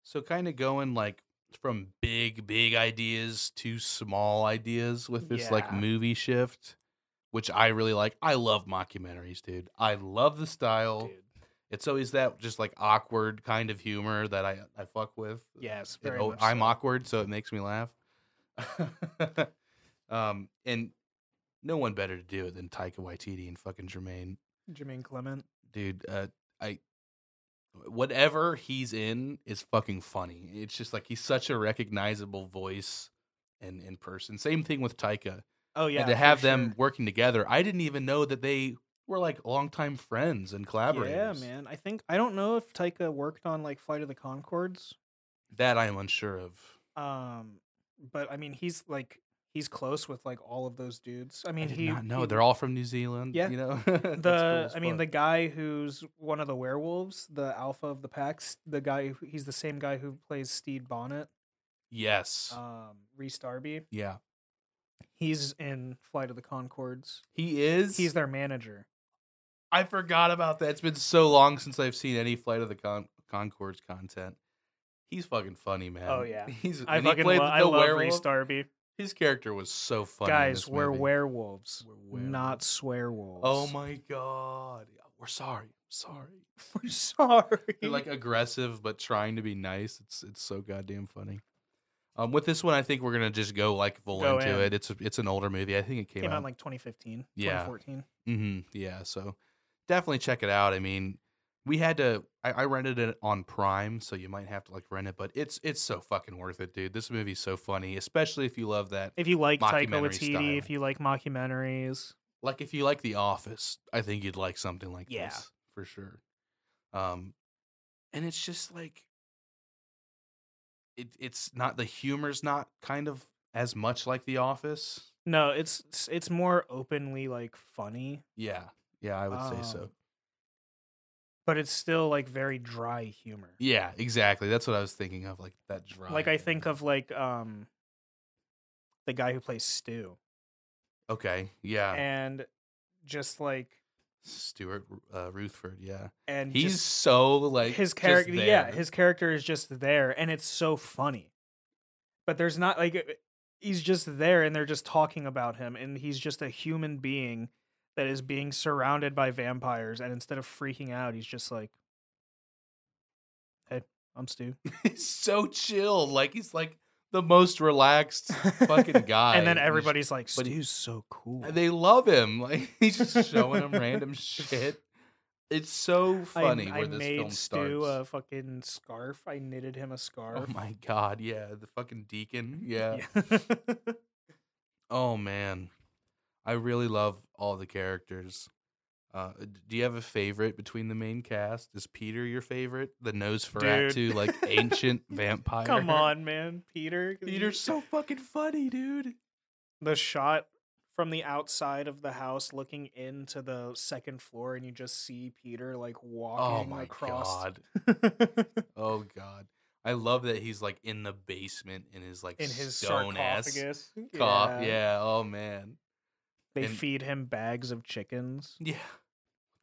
Speaker 2: So kind of going like from big big ideas to small ideas with this like
Speaker 1: Yeah.
Speaker 2: movie shift, which I really like. I love mockumentaries, dude. I love the style.
Speaker 1: Dude.
Speaker 2: It's always that just like awkward kind of humor that I I fuck with
Speaker 1: Yes,
Speaker 2: it-
Speaker 1: very
Speaker 2: oh,
Speaker 1: much
Speaker 2: I'm
Speaker 1: so.
Speaker 2: awkward, so it makes me laugh. um, and no one better to do it than Taika Waititi and fucking Jermaine,
Speaker 1: Jermaine Clement.
Speaker 2: dude. Uh, I whatever he's in is fucking funny. It's just like he's such a recognizable voice and in person. Same thing with Taika.
Speaker 1: Oh yeah,
Speaker 2: and to
Speaker 1: for
Speaker 2: have them
Speaker 1: sure.
Speaker 2: working together, I didn't even know that they were like longtime friends and
Speaker 1: Yeah,
Speaker 2: collaborators.
Speaker 1: man. I think I don't know if Taika worked on like Flight of the Concords.
Speaker 2: That I am unsure of.
Speaker 1: Um, but I mean, he's like he's close with like all of those dudes. I
Speaker 2: I
Speaker 1: mean,
Speaker 2: mean, did
Speaker 1: he
Speaker 2: not know
Speaker 1: he-
Speaker 2: they're all from New Zealand.
Speaker 1: Yeah.
Speaker 2: you know That's cool
Speaker 1: the.
Speaker 2: as
Speaker 1: I mean,
Speaker 2: fuck.
Speaker 1: the guy who's one of the werewolves, the alpha of the packs. The guy who, he's the same guy who plays Steed Bonnet,
Speaker 2: Yes.
Speaker 1: um, Reese Darby.
Speaker 2: yeah.
Speaker 1: He's in Flight of the Concords.
Speaker 2: He is.
Speaker 1: He's their manager.
Speaker 2: I forgot about that. It's been so long since I've seen any Flight of the Con- Concords content. He's fucking funny, man.
Speaker 1: Oh, yeah.
Speaker 2: He's.
Speaker 1: I
Speaker 2: and he
Speaker 1: fucking
Speaker 2: played
Speaker 1: lo-
Speaker 2: the
Speaker 1: I love
Speaker 2: werewolf.
Speaker 1: Reese Darby.
Speaker 2: His character was so funny. in
Speaker 1: Guys,
Speaker 2: this
Speaker 1: we're
Speaker 2: movie.
Speaker 1: werewolves,
Speaker 2: We're werewolves.
Speaker 1: not swearwolves.
Speaker 2: Oh my god. We're sorry. Sorry.
Speaker 1: We're sorry.
Speaker 2: They're like aggressive but trying to be nice. It's it's so goddamn funny. Um, with this one, I think we're gonna just go like full
Speaker 1: Go
Speaker 2: into
Speaker 1: in.
Speaker 2: it. It's a, it's an older movie. I think it came,
Speaker 1: came out
Speaker 2: out
Speaker 1: in like 2015,
Speaker 2: Yeah.
Speaker 1: 2014.
Speaker 2: Mm-hmm. Yeah. So definitely check it out. I mean, we had to. I, I rented it on Prime, so you might have to like rent it, but it's it's so fucking worth it, dude. This movie's so funny, especially if you love that.
Speaker 1: If you like
Speaker 2: Mockumentary
Speaker 1: Taika Waititi, if
Speaker 2: style.
Speaker 1: you like mockumentaries,
Speaker 2: Like if you like The Office, I think you'd like something like
Speaker 1: Yeah.
Speaker 2: this for sure. Um, and it's just like it. It's not the humor's not kind of as much like The Office.
Speaker 1: no, it's it's- it's more openly like funny,
Speaker 2: Yeah. Yeah, I would say so.
Speaker 1: Um, but it's still like very dry humor.
Speaker 2: Yeah, exactly. That's what I was thinking of, like that dry.
Speaker 1: Like I
Speaker 2: humor.
Speaker 1: think of like um the guy who plays Stu
Speaker 2: Okay. Yeah.
Speaker 1: and just like
Speaker 2: Stuart uh, Rutherford. Yeah.
Speaker 1: and
Speaker 2: He's
Speaker 1: just
Speaker 2: so like
Speaker 1: his
Speaker 2: just
Speaker 1: character yeah,
Speaker 2: there.
Speaker 1: his character is just there and it's so funny. But there's not like it- he's just there and they're just talking about him and he's just a human being that is being surrounded by vampires and instead of freaking out he's just like Hey, I'm Stu.
Speaker 2: He's so chill. Like he's like the most relaxed fucking guy.
Speaker 1: and then
Speaker 2: He's-
Speaker 1: everybody's like
Speaker 2: but he-
Speaker 1: Stu's so cool.
Speaker 2: and they love him. Like he's just showing them random shit. It's so
Speaker 1: I-
Speaker 2: funny
Speaker 1: I,
Speaker 2: where this
Speaker 1: made
Speaker 2: film
Speaker 1: Stu
Speaker 2: starts.
Speaker 1: a fucking scarf. I knitted him a
Speaker 2: oh
Speaker 1: scarf.
Speaker 2: my god, yeah, the fucking deacon. yeah.
Speaker 1: Yeah.
Speaker 2: Oh man, I really love all the characters. Uh, d- do you have a favorite between the main cast? Is Peter your favorite? The Nosferatu,
Speaker 1: Dude.
Speaker 2: like ancient vampire.
Speaker 1: Come on, man, Peter.
Speaker 2: Peter's so fucking funny, dude.
Speaker 1: the shot from the outside of the house looking into the second floor and you just see Peter like
Speaker 2: Oh
Speaker 1: walking
Speaker 2: my
Speaker 1: across
Speaker 2: god. Oh god. I love that he's like in the basement in his like
Speaker 1: in his
Speaker 2: stone ass
Speaker 1: sarcophagus.
Speaker 2: cop. Yeah. Oh man.
Speaker 1: They
Speaker 2: and-
Speaker 1: feed him bags of chickens.
Speaker 2: Yeah.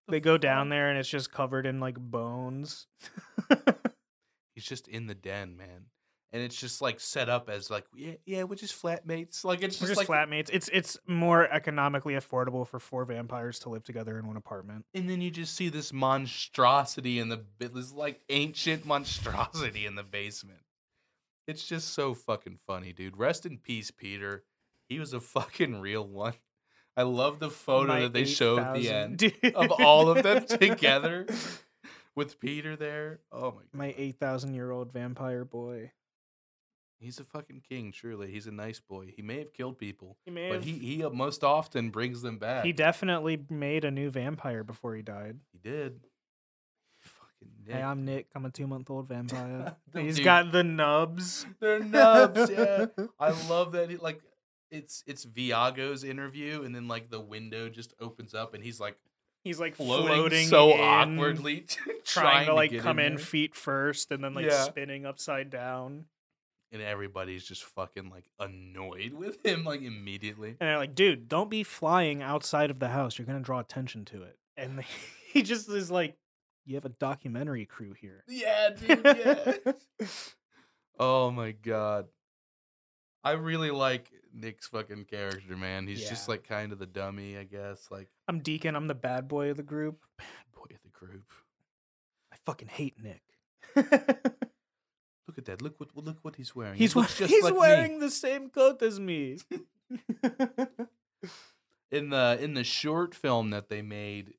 Speaker 1: They go down there and it's just covered in like bones.
Speaker 2: He's just in the den, man. And it's just like set up as like yeah, yeah, we're just flatmates. Like it's
Speaker 1: We're
Speaker 2: just
Speaker 1: just
Speaker 2: like
Speaker 1: flatmates. It's it's more economically affordable for four vampires to live together in one apartment.
Speaker 2: and then you just see this monstrosity in the ba- this like ancient monstrosity in the basement. It's just so fucking funny, dude. Rest in peace, Peter. He was a fucking real one. I love the photo
Speaker 1: My
Speaker 2: that they show at the
Speaker 1: 8,000
Speaker 2: end
Speaker 1: Dude.
Speaker 2: of all of them together with Peter there. Oh my god.
Speaker 1: My eight thousand year old vampire boy.
Speaker 2: He's a fucking king, truly. He's a nice boy. He may have killed people,
Speaker 1: He may
Speaker 2: but he he most often brings them back.
Speaker 1: He definitely made a new vampire before he died.
Speaker 2: He did. Fucking Fucking Nick.
Speaker 1: Hey, I'm Nick. I'm a two month old vampire.
Speaker 2: Don't
Speaker 1: He's
Speaker 2: do-
Speaker 1: got the nubs.
Speaker 2: They're nubs. yeah. I love that. He, like, it's it's Viago's interview, and then like the window just opens up, and he's like
Speaker 1: He's like
Speaker 2: floating,
Speaker 1: floating,
Speaker 2: so
Speaker 1: in,
Speaker 2: awkwardly,
Speaker 1: trying, to like
Speaker 2: get
Speaker 1: come in,
Speaker 2: there.
Speaker 1: feet first and then like
Speaker 2: Yeah.
Speaker 1: spinning upside down.
Speaker 2: and everybody's just fucking like annoyed with him, like immediately.
Speaker 1: And they're like, dude, don't be flying outside of the house. You're gonna draw attention to it. And he just is like, you have a documentary crew here.
Speaker 2: Yeah, dude. Yeah. oh my god. I really like Nick's fucking character, man. He's just
Speaker 1: Yeah.
Speaker 2: like kind of the dummy, I guess. Like
Speaker 1: I'm Deacon. I'm the bad boy of the group.
Speaker 2: bad boy of the group.
Speaker 1: I fucking hate Nick.
Speaker 2: Look at that. Look what look what he's wearing. He
Speaker 1: he's
Speaker 2: looks
Speaker 1: he's
Speaker 2: like me.
Speaker 1: wearing the same coat as me.
Speaker 2: in the in the short film that they made.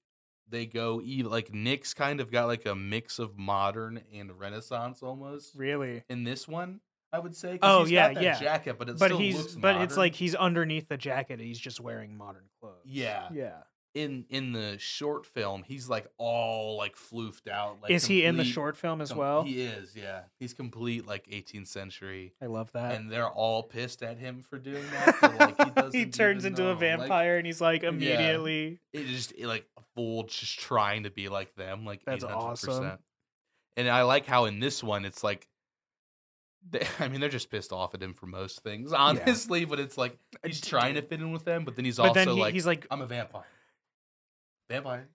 Speaker 2: They go even like Nick's kind of got like a mix of modern and Renaissance almost
Speaker 1: really?
Speaker 2: in this one. I would say. 'cause
Speaker 1: Oh,
Speaker 2: he's
Speaker 1: yeah,
Speaker 2: got that
Speaker 1: yeah.
Speaker 2: jacket, but it
Speaker 1: but
Speaker 2: still
Speaker 1: he's
Speaker 2: looks
Speaker 1: but it's
Speaker 2: modern.
Speaker 1: like he's underneath the jacket. He's just wearing modern clothes.
Speaker 2: Yeah.
Speaker 1: yeah.
Speaker 2: in in the short film, he's like all like floofed out. Like
Speaker 1: is he in the
Speaker 2: complete-
Speaker 1: short film as
Speaker 2: com-
Speaker 1: well?
Speaker 2: He is, yeah. He's complete like 18th century,
Speaker 1: I love that.
Speaker 2: and they're all pissed at him for doing that. but, like, he, doesn't
Speaker 1: turns
Speaker 2: even
Speaker 1: into a
Speaker 2: know, like,
Speaker 1: vampire and he's like immediately.
Speaker 2: it is just like a fool just trying to be like them. Like
Speaker 1: That's
Speaker 2: 800%.
Speaker 1: awesome.
Speaker 2: And I like how in this one it's like. They, I mean, they're just pissed off at him for most things, honestly. But it's like he's
Speaker 1: d-
Speaker 2: trying to fit in with them, Uh, but then he's
Speaker 1: but
Speaker 2: also
Speaker 1: then he,
Speaker 2: like,
Speaker 1: he's like,
Speaker 2: "I'm a vampire, vampire."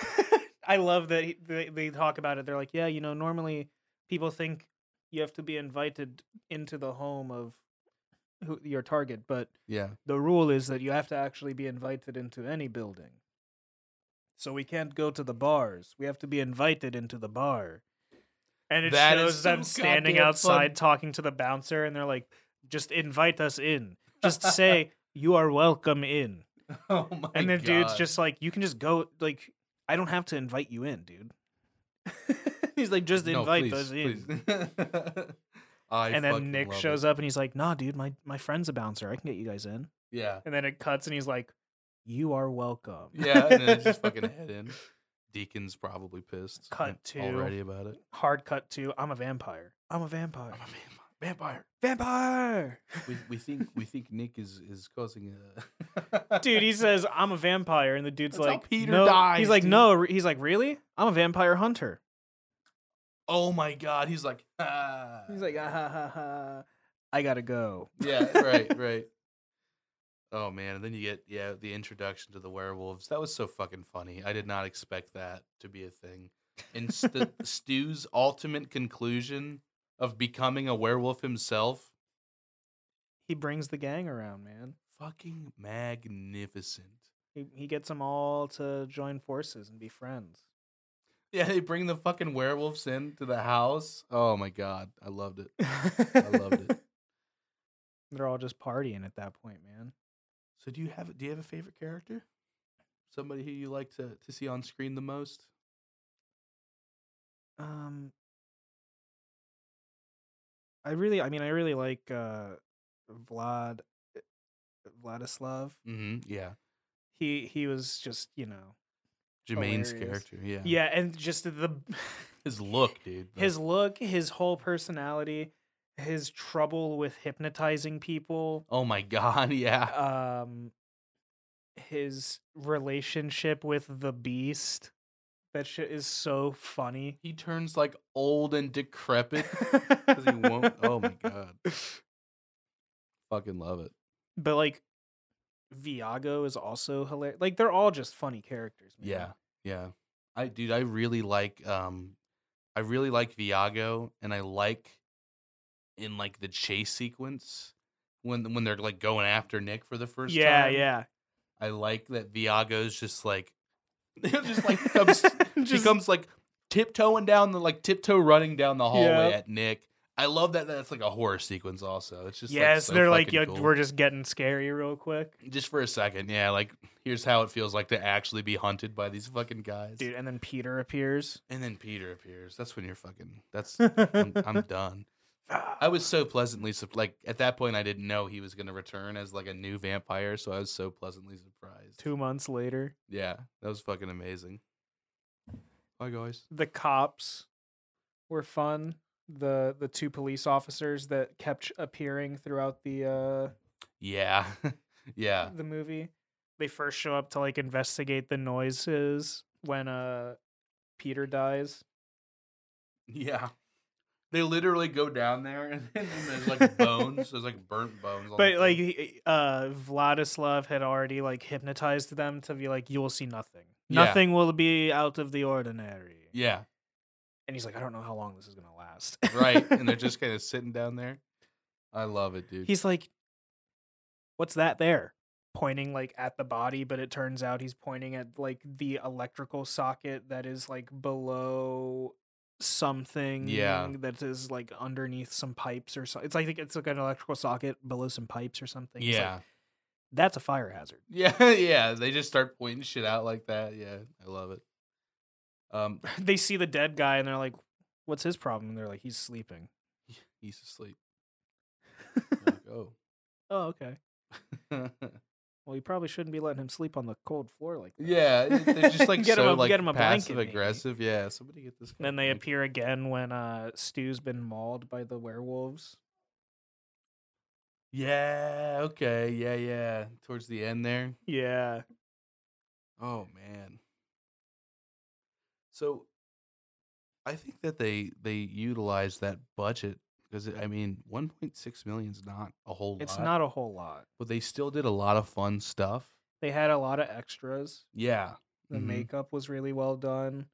Speaker 1: I love that he, they, they talk about it. They're like, yeah, you know, normally people think you have to be invited into the home of who, your target, but
Speaker 2: Yeah,
Speaker 1: the rule is that you have to actually be invited into any building. So we can't go to the bars. We have to be invited into the bar. And it
Speaker 2: That is
Speaker 1: shows them
Speaker 2: so
Speaker 1: standing
Speaker 2: goddamn
Speaker 1: outside
Speaker 2: fun.
Speaker 1: talking to the bouncer, and they're like, just invite us in. Just say, you are welcome in.
Speaker 2: Oh my
Speaker 1: And the
Speaker 2: God.
Speaker 1: dude's just like, you can just go, like, I don't have to invite you in, dude. he's like, just
Speaker 2: No,
Speaker 1: invite
Speaker 2: please,
Speaker 1: us in.
Speaker 2: please. I
Speaker 1: And then Nick shows up and he's like, nah, dude, my, my friend's a bouncer. I can get you guys in.
Speaker 2: Yeah,
Speaker 1: And then it cuts and he's like, You are welcome.
Speaker 2: yeah, and then just fucking head in. Deacon's probably pissed
Speaker 1: Cut
Speaker 2: al-
Speaker 1: to-
Speaker 2: already about it.
Speaker 1: Hard cut to I'm a vampire. I'm a vampire.
Speaker 2: I'm a vampire. Vampire.
Speaker 1: vampire.
Speaker 2: We, we think we think Nick is is causing a
Speaker 1: Dude, he says, I'm a vampire. And the dude's
Speaker 2: That's how
Speaker 1: like,
Speaker 2: Peter
Speaker 1: no.
Speaker 2: dies,
Speaker 1: He's like,
Speaker 2: dude.
Speaker 1: No. re- He's like, Really? I'm a vampire hunter.
Speaker 2: oh my god. He's like ah.
Speaker 1: He's like, ah, ha, ha, ha. I gotta go.
Speaker 2: yeah, right, right. Oh man, and then you get yeah the introduction to the werewolves. That was so fucking funny. I did not expect that to be a thing. And St- Stu's ultimate conclusion of becoming a werewolf himself,
Speaker 1: He brings the gang around, man.
Speaker 2: fucking magnificent.
Speaker 1: He, he gets them all to join forces and be friends.
Speaker 2: Yeah, they bring the fucking werewolves in to the house. Oh my god, I loved it.
Speaker 1: I
Speaker 2: loved it.
Speaker 1: They're all just partying at that point, man.
Speaker 2: So do you have do you have a favorite character? Somebody who you like to to see on screen the most?
Speaker 1: Um, I really, I mean, I really like uh, Vlad eh, Vladislav.
Speaker 2: Mm-hmm. Yeah,
Speaker 1: He he was just you know
Speaker 2: Jermaine's
Speaker 1: Hilarious.
Speaker 2: character. Yeah,
Speaker 1: yeah, and just the
Speaker 2: his look, dude. Like,
Speaker 1: his look, his whole personality, his trouble with hypnotizing people,
Speaker 2: Oh my god, yeah.
Speaker 1: um, his relationship with the beast. That shit is so funny.
Speaker 2: He turns like old and decrepit because he won't. Oh my god. Fucking love it.
Speaker 1: but like Viago is also hilarious. Like they're all just funny characters. Man.
Speaker 2: Yeah. Yeah. I dude, I really like um I really like Viago and I like in like the chase sequence when when they're like going after Nick for the first
Speaker 1: yeah,
Speaker 2: time.
Speaker 1: yeah.
Speaker 2: I like that Viago's just like just like comes she
Speaker 1: Just-
Speaker 2: comes like tiptoeing down the like tiptoe running down the hallway
Speaker 1: Yeah.
Speaker 2: at Nick. I love that that's like a horror sequence also. It's just
Speaker 1: yes,
Speaker 2: so
Speaker 1: they're like,
Speaker 2: fucking
Speaker 1: yeah,
Speaker 2: cool.
Speaker 1: we're just getting scary real quick,
Speaker 2: just for a second, yeah, like here's how it feels like to actually be hunted by these fucking guys.
Speaker 1: dude. And then Peter appears.
Speaker 2: And then Peter appears. That's when you're fucking that's I'm, I'm done.
Speaker 1: Ah,
Speaker 2: I was so pleasantly sup- like at that point I didn't know he was going to return as like a new vampire, so I was so pleasantly surprised.
Speaker 1: Two months later,
Speaker 2: Yeah, that was fucking amazing. Bye, guys.
Speaker 1: the cops were fun. The the two police officers that kept appearing throughout the uh
Speaker 2: Yeah. yeah.
Speaker 1: the movie. They first show up to like investigate the noises when uh Peter dies.
Speaker 2: Yeah. They literally go down there and then there's like bones. There's like burnt bones. on the
Speaker 1: But
Speaker 2: floor.
Speaker 1: like he- uh Vladislav had already like hypnotized them to be like you'll see nothing.
Speaker 2: Yeah.
Speaker 1: Nothing will be out of the ordinary.
Speaker 2: yeah,
Speaker 1: And he's like I don't know how long this is going to last.
Speaker 2: right. and they're just kind of sitting down there. I love it, dude.
Speaker 1: He's like, "What's that there?" Pointing like at the body, but it turns out he's pointing at like the electrical socket that is like below something. that is like underneath some pipes or something. It's like it's like an electrical socket below some pipes or something. It's like,
Speaker 2: yeah.
Speaker 1: that's a fire hazard.
Speaker 2: yeah. Yeah. They just start pointing shit out like that. Yeah. I love it. Um,
Speaker 1: They see the dead guy and they're like, "What's his problem?" And they're like, "He's sleeping."
Speaker 2: he's asleep. I'm
Speaker 1: Oh, okay.
Speaker 2: like, oh.
Speaker 1: Well, you probably shouldn't be letting him sleep on the cold floor like that.
Speaker 2: Yeah, it- they're just like
Speaker 1: Get him
Speaker 2: so
Speaker 1: a-
Speaker 2: like
Speaker 1: get him a blanket,
Speaker 2: passive
Speaker 1: maybe.
Speaker 2: aggressive. Yeah, somebody get this.
Speaker 1: And
Speaker 2: guy
Speaker 1: then they
Speaker 2: a blanket.
Speaker 1: appear again when uh, Stu's been mauled by the werewolves.
Speaker 2: Yeah. Okay. Yeah. Yeah. Towards the end there.
Speaker 1: Yeah.
Speaker 2: Oh man. So, I think that they they utilize that budget because I mean, one point six million is not a whole.
Speaker 1: It's
Speaker 2: lot,
Speaker 1: not a whole lot.
Speaker 2: But they still did a lot of fun stuff.
Speaker 1: They had a lot of extras.
Speaker 2: Yeah.
Speaker 1: The
Speaker 2: Mhm.
Speaker 1: makeup was really well done.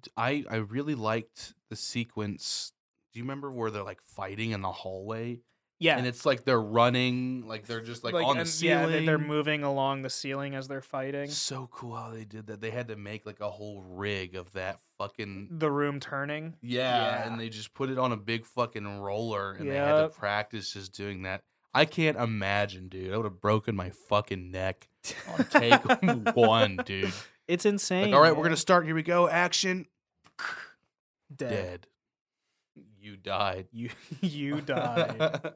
Speaker 2: d- I I really liked the sequence. Do you remember where they're like fighting in the hallway?
Speaker 1: Yeah.
Speaker 2: And it's like they're running, like they're just like, on the
Speaker 1: and-
Speaker 2: ceiling.
Speaker 1: Yeah, they- they're moving along the ceiling as they're fighting.
Speaker 2: So cool how they did that. They had to make like a whole rig of that fucking
Speaker 1: The room turning.
Speaker 2: yeah,
Speaker 1: Mm, Yeah.
Speaker 2: and they just put it on a big fucking roller, and they had to
Speaker 1: Yep.
Speaker 2: practice just doing that. I can't imagine, dude. I would have broken my fucking neck on take one, dude.
Speaker 1: It's insane.
Speaker 2: Like, all right, we're
Speaker 1: man.
Speaker 2: gonna start. Here we go. Action.
Speaker 1: dead.
Speaker 2: Dead. You died.
Speaker 1: You you died.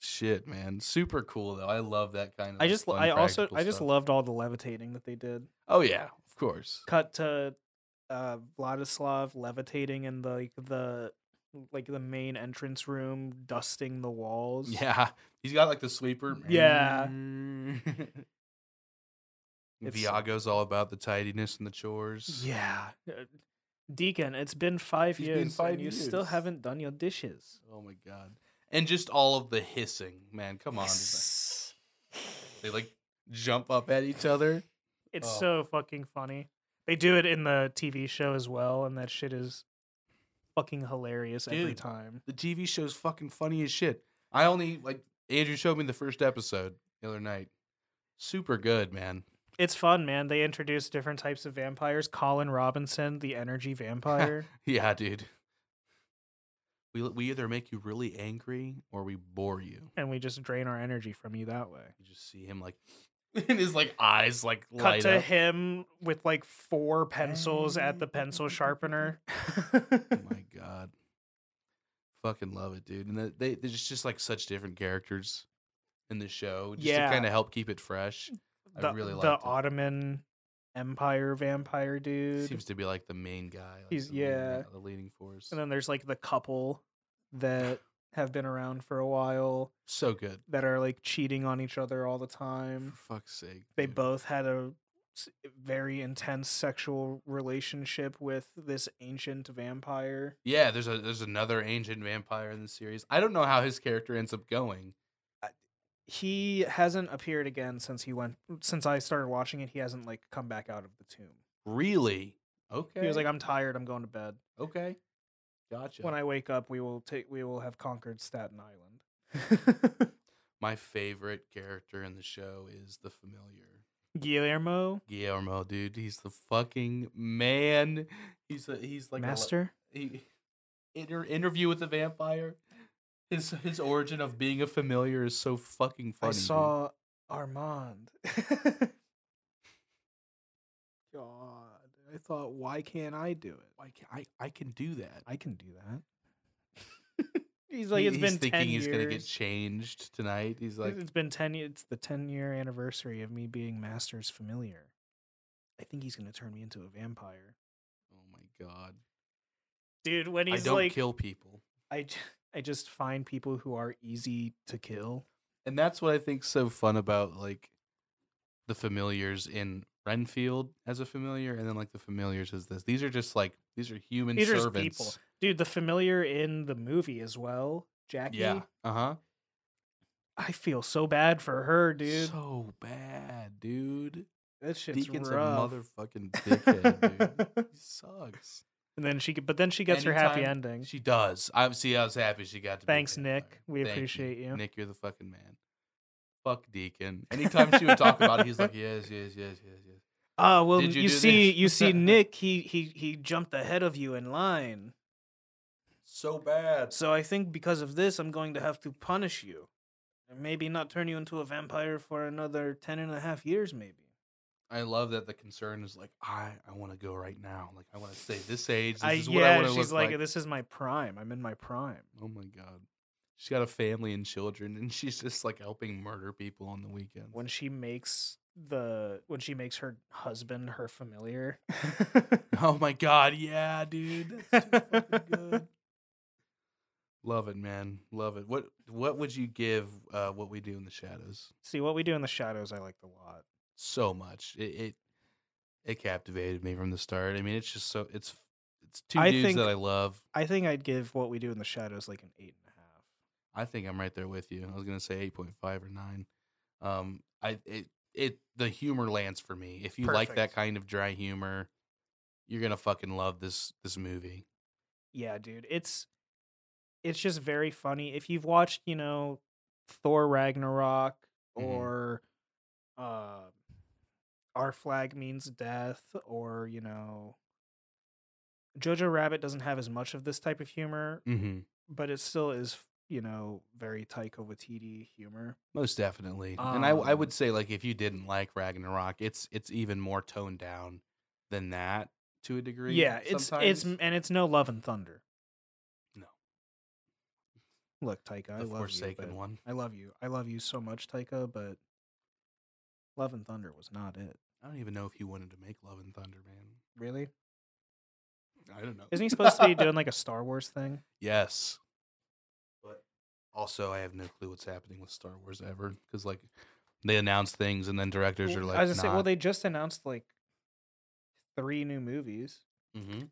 Speaker 2: Shit, man. Super cool though. I love that kind of.
Speaker 1: I
Speaker 2: like,
Speaker 1: just
Speaker 2: fun,
Speaker 1: I also
Speaker 2: practical
Speaker 1: I just
Speaker 2: stuff.
Speaker 1: loved all the levitating that they did.
Speaker 2: Oh yeah, of course.
Speaker 1: Cut to uh Vladislav levitating in the like the like the main entrance room, dusting the walls.
Speaker 2: Yeah, he's got like the sweeper.
Speaker 1: Yeah. It's-
Speaker 2: Viago's all about the tidiness and the chores.
Speaker 1: Yeah. Uh, Deacon, it's been five
Speaker 2: It's been
Speaker 1: years
Speaker 2: five
Speaker 1: and you still
Speaker 2: years.
Speaker 1: haven't done your dishes.
Speaker 2: Oh my god. And just all of the hissing, man. Come on. They like jump up at each other.
Speaker 1: It's
Speaker 2: Oh.
Speaker 1: so fucking funny. They do it in the TV show as well, and that shit is fucking hilarious every
Speaker 2: Dude.
Speaker 1: time.
Speaker 2: The TV show's fucking funny as shit. I only like Andrew showed me the first episode the other night. Super good, man.
Speaker 1: It's fun, man. They introduce different types of vampires. Colin Robinson, the energy vampire.
Speaker 2: Yeah, dude. We we either make you really angry or we bore you.
Speaker 1: and we just drain our energy from you that way.
Speaker 2: You just see him like in his like eyes like
Speaker 1: Cut
Speaker 2: light
Speaker 1: to
Speaker 2: up.
Speaker 1: him with like four pencils at the pencil sharpener.
Speaker 2: oh my god fucking love it dude and that- they there's just, just like such different characters in the show just
Speaker 1: Yeah.
Speaker 2: to kind of help keep it fresh I
Speaker 1: the,
Speaker 2: really
Speaker 1: the
Speaker 2: liked it.
Speaker 1: Ottoman Empire vampire dude.
Speaker 2: seems to be like the main guy like,
Speaker 1: He's-
Speaker 2: the leading- uh,
Speaker 1: yeah.
Speaker 2: the leading force
Speaker 1: and uh, then there's like the couple that have been around for a while
Speaker 2: so good
Speaker 1: that are like cheating on each other all the
Speaker 2: for
Speaker 1: time.
Speaker 2: fuck's sake
Speaker 1: They
Speaker 2: dude.
Speaker 1: both had a s- very intense sexual relationship with this ancient vampire.
Speaker 2: yeah there's a there's another ancient vampire in the series i don't know how his character ends up going
Speaker 1: He hasn't appeared again since he went since I started watching it. He hasn't like come back out of the tomb.
Speaker 2: really okay
Speaker 1: He was like I'm tired, I'm going to bed.
Speaker 2: okay gotcha
Speaker 1: When I wake up, we will take we will have conquered Staten Island.
Speaker 2: my favorite character in the show is the familiar
Speaker 1: Guillermo
Speaker 2: Guillermo, dude, he's the fucking man. He's a, he's like a le-
Speaker 1: Master.
Speaker 2: he, inter- interview with the vampire. His his origin of being a familiar is so fucking funny.
Speaker 1: I
Speaker 2: dude.
Speaker 1: saw Armand. God, I thought, why can't I do it?
Speaker 2: I can, I, I can do that.
Speaker 1: I can do that. he's like,
Speaker 2: He-
Speaker 1: it's
Speaker 2: he's
Speaker 1: been
Speaker 2: thinking
Speaker 1: ten
Speaker 2: he's
Speaker 1: years.
Speaker 2: gonna get changed tonight. He's like,
Speaker 1: it's been ten. years. It's the ten year anniversary of me being Master's familiar. I think he's gonna turn me into a vampire.
Speaker 2: oh my god.
Speaker 1: dude. When
Speaker 2: I
Speaker 1: he's
Speaker 2: don't
Speaker 1: like,
Speaker 2: kill people.
Speaker 1: I, j- I just find people who are easy to kill.
Speaker 2: And that's what I think's so fun about like the familiars in Renfield as a familiar and then like the familiars as this. These are just like these are human
Speaker 1: These are just
Speaker 2: servants.
Speaker 1: people. Dude, the familiar in the movie as well, Jackie.
Speaker 2: Yeah. Uh-huh.
Speaker 1: I feel so bad for her, dude.
Speaker 2: So bad, dude.
Speaker 1: that shit's
Speaker 2: Deacon's
Speaker 1: rough.
Speaker 2: a motherfucking dickhead, dude. He sucks.
Speaker 1: and then she, but then she gets her happy
Speaker 2: Anytime
Speaker 1: ending.
Speaker 2: She does. I see. I was happy she got to. be a
Speaker 1: Thanks,
Speaker 2: vampire.
Speaker 1: Nick. We appreciate you.
Speaker 2: Nick, you're the fucking man. Fuck Deacon. Anytime she would talk about it, he's like, yes, yes, yes, yes, yes.
Speaker 1: Oh well,
Speaker 2: Did
Speaker 1: you,
Speaker 2: you do
Speaker 1: see,
Speaker 2: this?
Speaker 1: you see, Nick, he he he jumped ahead of you in line.
Speaker 2: So bad.
Speaker 1: So I think because of this, I'm going to have to punish you, and maybe not turn you into a vampire for another ten and a half years, maybe.
Speaker 2: I love that the concern is like, I, I want to go right now. Like, I want to stay this age. This
Speaker 1: I,
Speaker 2: is what I
Speaker 1: Uh, yeah,
Speaker 2: want to
Speaker 1: she's
Speaker 2: look
Speaker 1: like,
Speaker 2: like.
Speaker 1: this is my prime. I'm in my prime.
Speaker 2: Oh my god. She's got a family and children, and she's just like helping murder people on the weekends.
Speaker 1: When she makes the when she makes her husband her familiar.
Speaker 2: Oh my god, yeah, dude. That's so fucking good. Love it, man. Love it. What what would you give uh what we do in the shadows?
Speaker 1: see what we do in the shadows. I liked a lot.
Speaker 2: So much. It it, it captivated me from the start. I mean, it's just so it's it's two
Speaker 1: I
Speaker 2: dudes
Speaker 1: think-
Speaker 2: that I love.
Speaker 1: I think I'd give what we do in the shadows like an eight and a half.
Speaker 2: I think I'm right there with you. I was going to say 8.5 or 9. Um I it it the humor lands for me. If you like that
Speaker 1: Perfect.
Speaker 2: kind of dry humor, you're going to fucking love this this movie.
Speaker 1: yeah dude it's it's just very funny if you've watched you know thor ragnarok
Speaker 2: Mhm.
Speaker 1: or uh our flag means death or you know jojo rabbit doesn't have as much of this type of humor
Speaker 2: Mhm.
Speaker 1: but it still is you know very taika waititi humor
Speaker 2: Most definitely, and I, I
Speaker 1: Um,
Speaker 2: would say like if you didn't like Ragnarok, it's it's even more toned down than that to a degree.
Speaker 1: yeah it's it's
Speaker 2: sometimes.
Speaker 1: and it's no love and thunder
Speaker 2: No.
Speaker 1: look taika i
Speaker 2: the
Speaker 1: love you,
Speaker 2: Forsaken
Speaker 1: but-
Speaker 2: one.
Speaker 1: I love you. I love you so much, Taika, but Love and Thunder was not it.
Speaker 2: I don't even know if he wanted to make Love and Thunder, man.
Speaker 1: Really?
Speaker 2: I don't know.
Speaker 1: Isn't he supposed to be doing like a Star Wars thing?
Speaker 2: yes, but also I have no clue what's happening with Star Wars ever because like they announce things and then directors are
Speaker 1: Well,
Speaker 2: like,
Speaker 1: I was gonna say, well,
Speaker 2: "Nah."
Speaker 1: they just announced like three new movies.
Speaker 2: Mhm.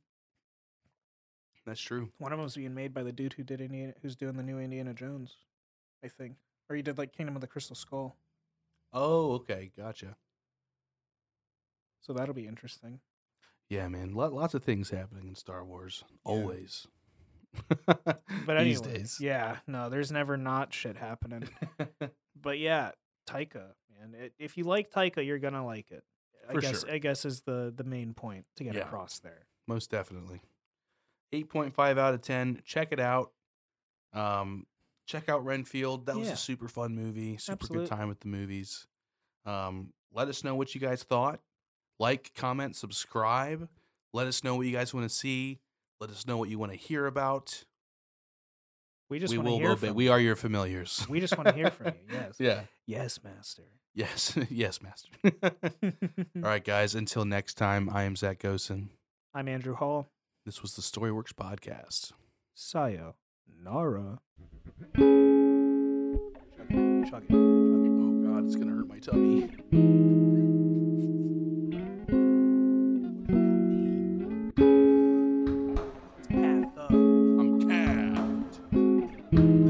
Speaker 2: That's true.
Speaker 1: One of them's being made by the dude who did Indiana, who's doing the new Indiana Jones, I think, or he did like Kingdom of the Crystal Skull.
Speaker 2: Oh, okay, gotcha.
Speaker 1: So that'll be interesting.
Speaker 2: Yeah, man. Lot, lots of things happening in Star Wars. Always.
Speaker 1: But
Speaker 2: These
Speaker 1: anyways,
Speaker 2: days.
Speaker 1: yeah, no, there's never not shit happening. but yeah, Taika, man. It, if you like Taika, you're gonna like it. I
Speaker 2: For
Speaker 1: guess
Speaker 2: sure.
Speaker 1: I guess is the the main point to get
Speaker 2: Yeah.
Speaker 1: across there.
Speaker 2: Most definitely. 8.5 out of 10. Check it out. Um, check out Renfield. That was
Speaker 1: Yeah.
Speaker 2: a super fun movie. Super good
Speaker 1: Absolute.
Speaker 2: time at the movies. Um, let us know what you guys thought. Like, comment, subscribe. Let us know what you guys want to see. Let us know what you want to hear about.
Speaker 1: We just
Speaker 2: we
Speaker 1: want to
Speaker 2: will
Speaker 1: hear
Speaker 2: obey.
Speaker 1: from
Speaker 2: We
Speaker 1: you.
Speaker 2: are your familiars.
Speaker 1: We just want to hear from you. Yes.
Speaker 2: yeah.
Speaker 1: Yes, master.
Speaker 2: Yes. yes, master. All right, guys. Until next time, I am Zach Gosen.
Speaker 1: I'm Andrew Hall.
Speaker 2: This was the Storyworks Podcast.
Speaker 1: Sayo. Nara. Chug it.
Speaker 2: Oh God, it's gonna hurt my tummy.
Speaker 1: Chug it.
Speaker 2: I'm capped.